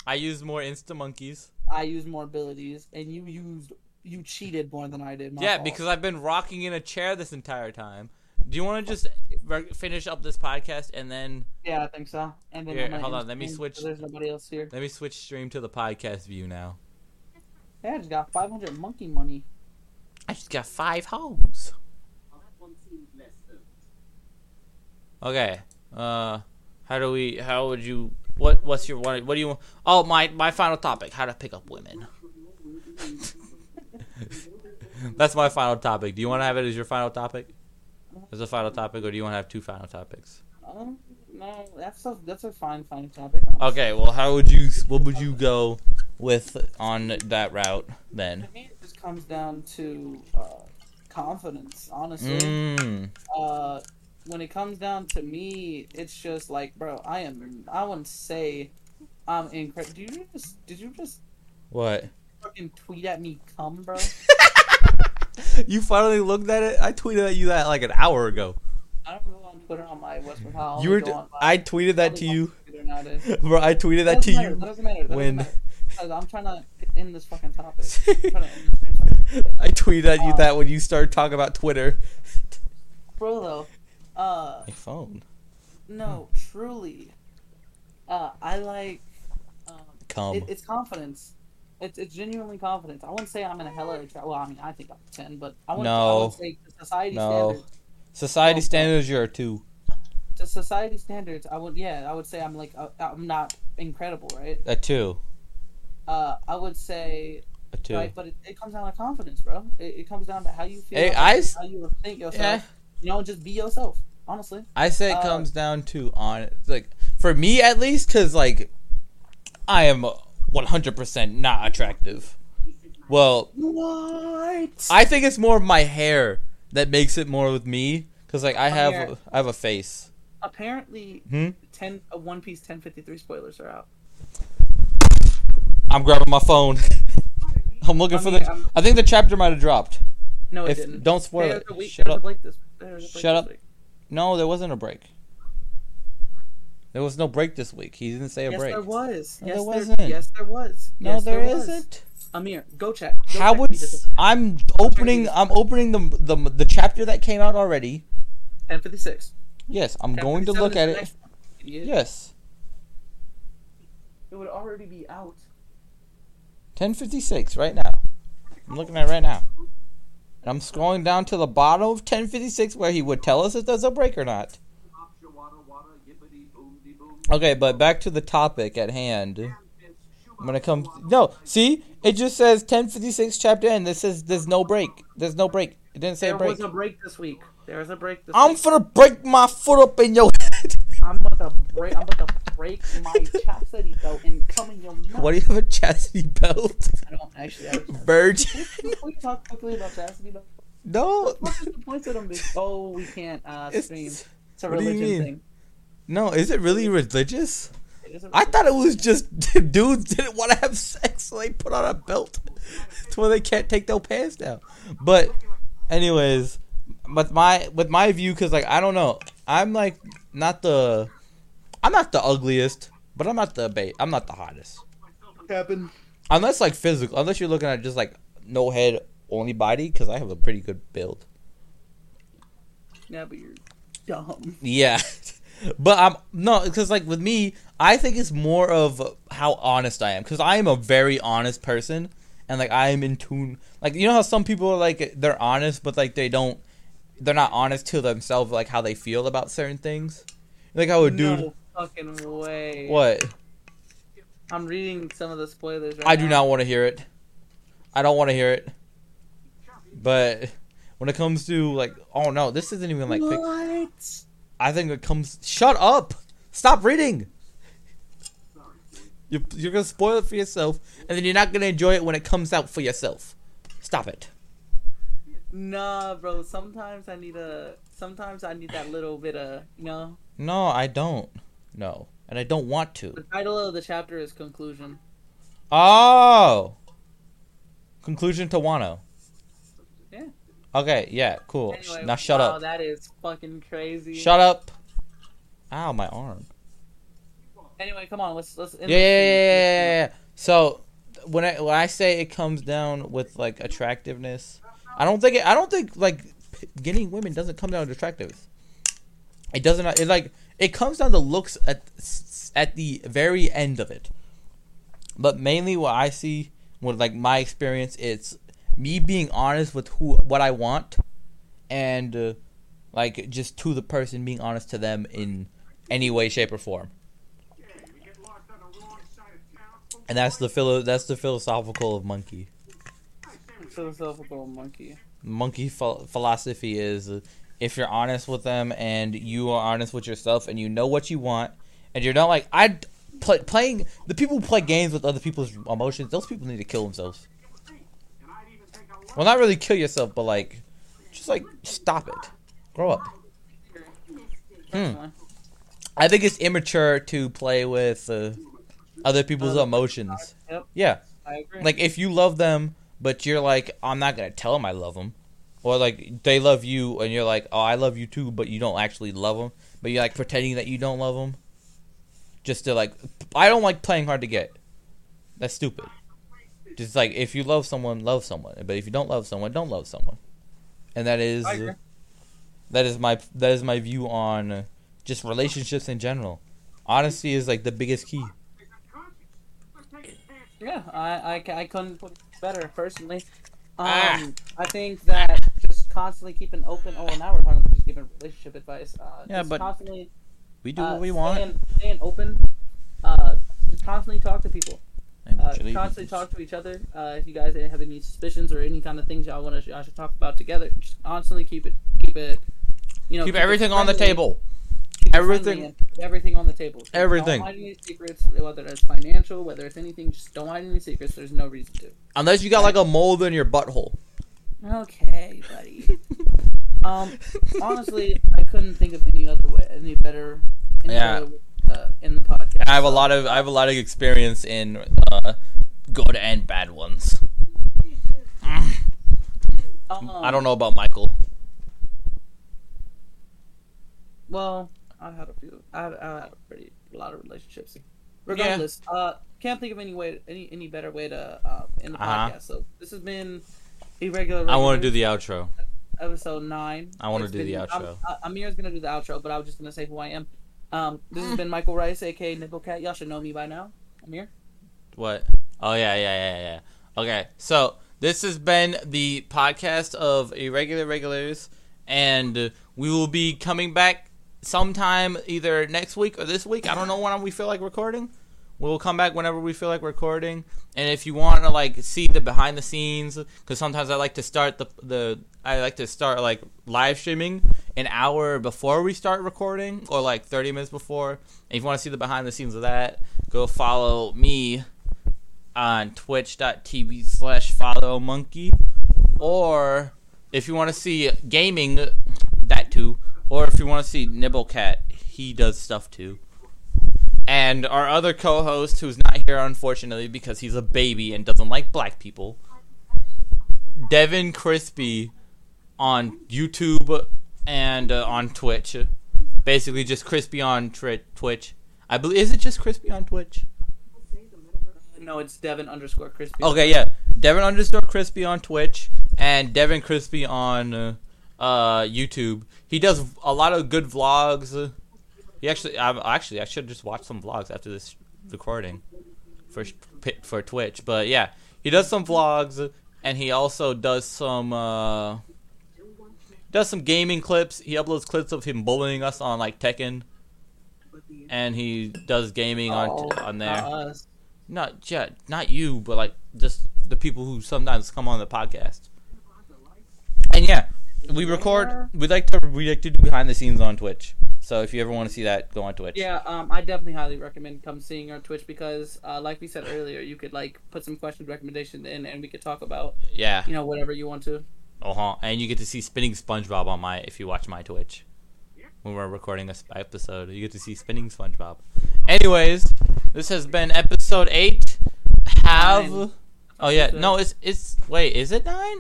Speaker 3: I used more Insta monkeys.
Speaker 2: I used more abilities, and you used you cheated more than I did. My
Speaker 3: Yeah,
Speaker 2: fault.
Speaker 3: because I've been rocking in a chair this entire time. Do you want to just re- finish up this podcast and then
Speaker 2: yeah, I think so. And then
Speaker 3: Here,
Speaker 2: I'm gonna
Speaker 3: hold
Speaker 2: end
Speaker 3: on, let me
Speaker 2: stream,
Speaker 3: switch-
Speaker 2: so There's nobody else here.
Speaker 3: let me switch stream to the podcast view now?
Speaker 2: Hey, I just got 500 monkey money.
Speaker 3: I just got five homes.
Speaker 6: Well, that one seemed less urgent.
Speaker 3: Okay. Uh, how do we? How would you? What? What's your one? What do you? want? Oh, my my final topic: how to pick up women. That's my final topic. Do you want to have it as your final topic? As a final topic, or do you want to have two final topics?
Speaker 2: Um, no, that's a that's a fine fine topic. Um,
Speaker 3: Okay. Well, how would you? What would you go with on that route then?
Speaker 2: To me, it just comes down to uh, confidence. Honestly,
Speaker 3: Mm.
Speaker 2: uh, when it comes down to me, it's just like, bro, I am. I wouldn't say I'm incredible. Did you just did you just
Speaker 3: What?
Speaker 2: fucking tweet at me, cum, bro?
Speaker 3: You finally looked at it. I tweeted at you that like an hour ago.
Speaker 2: I don't go on Twitter on my Westwood Hall.
Speaker 3: You were. d- I tweeted that to you,
Speaker 2: That
Speaker 3: bro. I tweeted that to
Speaker 2: doesn't matter,
Speaker 3: you
Speaker 2: that doesn't matter, that doesn't
Speaker 3: when.
Speaker 2: matter. 'Cause I'm trying to end this fucking topic. I'm trying to end this fucking topic.
Speaker 3: I tweeted at you
Speaker 2: Uh,
Speaker 3: that when you started talking about Twitter.
Speaker 2: Bro, though, uh,
Speaker 3: My phone.
Speaker 2: no, truly, uh, I like. Um,
Speaker 3: Come.
Speaker 2: it, it's confidence. It's, it's genuinely confidence. I wouldn't say I'm in a hella. attra- Well, I mean, I think I'm ten, but I wouldn't. I
Speaker 3: No.
Speaker 2: would say to society
Speaker 3: No.
Speaker 2: standards.
Speaker 3: Society
Speaker 2: Oh.
Speaker 3: standards, you're a two.
Speaker 2: To society standards, I would. Yeah, I would say I'm like uh, I'm not incredible, right?
Speaker 3: A two.
Speaker 2: Uh, I would say
Speaker 3: A two.
Speaker 2: Right, but it, it comes down to confidence, bro. It, it comes down to how you feel,
Speaker 3: Hey,
Speaker 2: about
Speaker 3: I
Speaker 2: it,
Speaker 3: s-
Speaker 2: how you think yourself.
Speaker 3: Yeah.
Speaker 2: You know, just be yourself, honestly.
Speaker 3: I say it
Speaker 2: Uh,
Speaker 3: comes down to on like for me at least, because like I am 100% not attractive. Well,
Speaker 2: What?
Speaker 3: I think it's more of my hair that makes it more with me, because like I have
Speaker 2: hair.
Speaker 3: I have a face.
Speaker 2: Apparently,
Speaker 3: Hmm?
Speaker 2: ten uh, One Piece ten fifty three spoilers are out.
Speaker 3: I'm grabbing my phone. I'm looking
Speaker 2: I
Speaker 3: for
Speaker 2: mean,
Speaker 3: the.
Speaker 2: I'm-
Speaker 3: I think the chapter might have dropped.
Speaker 2: No, it
Speaker 3: If-
Speaker 2: didn't.
Speaker 3: don't spoil
Speaker 2: There's
Speaker 3: it.
Speaker 2: a week-
Speaker 3: Shut
Speaker 2: there's a
Speaker 3: up.
Speaker 2: break this- there's a break
Speaker 3: Shut
Speaker 2: this
Speaker 3: up.
Speaker 2: week.
Speaker 3: No, there wasn't a break. There was no break this week. He didn't say a
Speaker 2: Yes,
Speaker 3: break.
Speaker 2: there was.
Speaker 3: No, there
Speaker 2: yes, there
Speaker 3: wasn't.
Speaker 2: Yes, there was.
Speaker 3: No,
Speaker 2: yes,
Speaker 3: there
Speaker 2: was.
Speaker 3: isn't.
Speaker 2: Amir, go check. Go
Speaker 3: How
Speaker 2: check
Speaker 3: would
Speaker 2: me
Speaker 3: s-
Speaker 2: just-
Speaker 3: I'm opening? I'm opening the, the the chapter that came out already.
Speaker 2: 1056.
Speaker 3: Yes, I'm going to look at it.
Speaker 2: Yeah.
Speaker 3: Yes,
Speaker 2: It would already be out.
Speaker 3: 1056 right now. I'm looking at it right now. And I'm scrolling down to the bottom of 1056 where he would tell us if there's a break or not.
Speaker 6: Option wada wada, yippity boomity boom.
Speaker 3: Okay, but back to the topic at hand.
Speaker 6: It's Schumacher,
Speaker 3: I'm gonna come.
Speaker 6: wada,
Speaker 3: No, see, it just says 1056 chapter end. This says there's no break. There's no break. It didn't say
Speaker 2: There
Speaker 3: a break.
Speaker 2: was a break this week. There was a break this
Speaker 3: I'm
Speaker 2: week.
Speaker 3: gonna break my foot up in your head.
Speaker 2: I'm about to break. I'm about to break my chastity belt and come in your mouth.
Speaker 3: What do you have a chastity belt?
Speaker 2: I don't actually. Have a chastity
Speaker 3: Virgin?
Speaker 2: belt. Can we talk quickly about chastity belt?
Speaker 3: No,
Speaker 2: What is the point of them? being- Oh, we can't uh,
Speaker 3: It's-
Speaker 2: stream. It's a
Speaker 3: what do you
Speaker 2: religion
Speaker 3: mean?
Speaker 2: thing.
Speaker 3: no. Is it really religious?
Speaker 2: It is a
Speaker 3: I thought it was just dudes didn't want to have sex, so they put on a belt to where they can't take their pants down. But, anyways, with my with my view, because like I don't know, I'm like not the, I'm not the ugliest, but I'm not the ba- I'm not the hottest.
Speaker 2: happen.
Speaker 3: Unless like physical, unless you're looking at just like no head, only body, because I have a pretty good build.
Speaker 2: Yeah, but you're dumb.
Speaker 3: Yeah. But I'm no, because like with me, I think it's more of how honest I am. Because I am a very honest person, and like I am in tune. Like you know how some people are like they're honest, but like they don't, they're not honest to themselves, like how they feel about certain things. Like how a Oh, dude,
Speaker 2: No fucking way.
Speaker 3: what?
Speaker 2: I'm reading some of the spoilers. Right
Speaker 3: I do
Speaker 2: now.
Speaker 3: not want to hear it. I don't want to hear it. But when it comes to like, oh no, this isn't even like. Pick,
Speaker 2: What?
Speaker 3: I think it comes. Shut up! Stop reading. You're, you're gonna spoil it for yourself, and then you're not gonna enjoy it when it comes out for yourself. Stop it.
Speaker 2: Nah, bro. Sometimes I need a Sometimes I need that little bit of, you know.
Speaker 3: No, I don't. No, and I don't want
Speaker 2: The
Speaker 3: to.
Speaker 2: title of the chapter is conclusion.
Speaker 3: Oh. Conclusion to Wano.
Speaker 2: Yeah.
Speaker 3: Okay. Yeah. Cool. Sh-
Speaker 2: Anyway,
Speaker 3: now shut
Speaker 2: wow,
Speaker 3: up.
Speaker 2: That is fucking crazy.
Speaker 3: Shut up. Ow, my arm.
Speaker 2: Anyway, come on. Let's let's. end
Speaker 3: Yeah,
Speaker 2: this
Speaker 3: yeah,
Speaker 2: thing.
Speaker 3: yeah, yeah, yeah. So when I when I say it comes down with like attractiveness, I don't think it, I don't think like p- getting women doesn't come down to attractiveness. It doesn't. It like it comes down to looks at s- at the very end of it. But mainly, what I see with like my experience, it's me being honest with who what I want, and uh, like just to the person being honest to them in any way, shape, or form. And that's the philo- that's the philosophical of monkey.
Speaker 2: Philosophical monkey.
Speaker 3: Monkey ph- philosophy is uh, if you're honest with them and you are honest with yourself and you know what you want and you're not like I play, playing the people who play games with other people's emotions. Those people need to kill themselves. Well, not really kill yourself, but like just like stop it, grow up. Hmm.
Speaker 2: Definitely.
Speaker 3: I think it's immature to play with uh, other people's emotions.
Speaker 2: Yep,
Speaker 3: Yeah.
Speaker 2: I agree.
Speaker 3: like if you love them but you're like i'm not gonna tell them i love them or like they love you and you're like oh i love you too but you don't actually love them but you're like pretending that you don't love them just to like i don't like playing hard to get that's stupid just like if you love someone love someone but if you don't love someone don't love someone and that is
Speaker 2: I agree.
Speaker 3: that is my that is my view on just relationships in general honesty is like the biggest key
Speaker 2: Yeah, I, I, c- I couldn't put it better personally. Um,
Speaker 3: Ah.
Speaker 2: I think that just constantly keeping open. Oh, well, now we're talking about just giving relationship advice. Uh,
Speaker 3: Yeah,
Speaker 2: just
Speaker 3: but
Speaker 2: constantly
Speaker 3: we do
Speaker 2: uh,
Speaker 3: what we want
Speaker 2: Staying, staying open. Uh, just constantly talk to people.
Speaker 3: and
Speaker 2: Uh,
Speaker 3: believe
Speaker 2: constantly
Speaker 3: in-
Speaker 2: talk to each other. Uh, if you guys have any suspicions or any kind of things y'all want to I should talk about together, just constantly keep it keep it. You know,
Speaker 3: keep
Speaker 2: it
Speaker 3: everything on the
Speaker 2: friendly,
Speaker 3: table
Speaker 2: keep it
Speaker 3: Everything-
Speaker 2: friendly and everything on the table. So
Speaker 3: Everything.
Speaker 2: Don't hide any secrets, whether it's financial, whether it's anything. Just don't hide any secrets. There's no reason to.
Speaker 3: Unless you got like a mold in your butthole.
Speaker 2: Okay, buddy. um, honestly, I couldn't think of any other way, any better. Any
Speaker 3: Yeah.
Speaker 2: better, uh, in the podcast.
Speaker 3: I have a lot of I have a lot of experience in uh, good and bad ones.
Speaker 2: Um,
Speaker 3: I don't know about Michael.
Speaker 2: Well, I had a few. I had, I had a pretty a lot of relationships. Regardless, uh, can't think of any way, any any better way to uh, end the
Speaker 3: Uh-huh.
Speaker 2: podcast. So this has been irregular.
Speaker 3: I want to do the outro.
Speaker 2: episode nine.
Speaker 3: I wanna
Speaker 2: It's
Speaker 3: do the
Speaker 2: been-
Speaker 3: outro.
Speaker 2: I'm- I- Amir's gonna do the outro, but I was just gonna say who I am. Um, this has been Michael Rice, aka Nibblecat. Y'all should know me by now. Amir.
Speaker 3: What? Oh yeah, yeah, yeah, yeah. Okay, so this has been the podcast of irregular regulars, and we will be coming back sometime either next week or this week. I don't know when we feel like recording. We'll come back whenever we feel like recording, and if you want to like see the behind the scenes, because sometimes I like to start the the I like to start like live streaming an hour before we start recording, or like thirty minutes before. And if you want to see the behind the scenes of that, go follow me on twitch.tv slash follow monkey or if you want to see gaming that too or if you want to see nibblecat he does stuff too and our other co-host who's not here unfortunately because he's a baby and doesn't like black people devin crispy on youtube and uh, on twitch basically just crispy on tri- twitch i believe is it just crispy on twitch
Speaker 2: No, it's Devin underscore Crispy.
Speaker 3: Okay, yeah. Devin underscore crispy on Twitch and Devin crispy on uh, uh, YouTube. He does a lot of good vlogs. He actually, I actually, I should just watch some vlogs after this recording for sh- pi- for Twitch. But yeah, he does some vlogs and he also does some uh, does some gaming clips. He uploads clips of him bullying us on like Tekken, and he does gaming on
Speaker 2: Oh,
Speaker 3: on there
Speaker 2: not us.
Speaker 3: not yeah, not you, but like just the people who sometimes come on the podcast. And yeah, we record. We like to we like to do behind the scenes on Twitch. So if you ever want to see that, go on Twitch.
Speaker 2: Yeah, um, I definitely highly recommend come seeing our Twitch because, uh, like we said earlier, you could like put some question recommendations in, and we could talk about
Speaker 3: yeah,
Speaker 2: you know whatever you want to.
Speaker 3: Uh huh. And you get to see spinning SpongeBob on my if you watch my Twitch when we're recording this episode. You get to see spinning SpongeBob. Anyways, this has been episode eight. Have
Speaker 2: Nine.
Speaker 3: oh yeah
Speaker 2: Episode.
Speaker 3: no it's it's wait is it nine?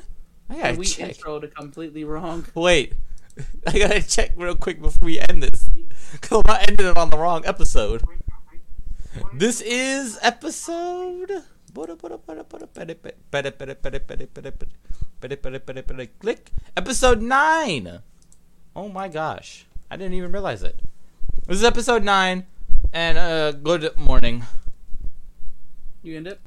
Speaker 3: I gotta
Speaker 2: we
Speaker 3: check.
Speaker 2: intro to completely wrong.
Speaker 3: Wait, I gotta check real quick before we end this. Cause I ended it on the wrong episode. This is episode. Click episode nine. Oh my gosh, I didn't even realize it. This is episode nine, and uh, good morning.
Speaker 2: You end it.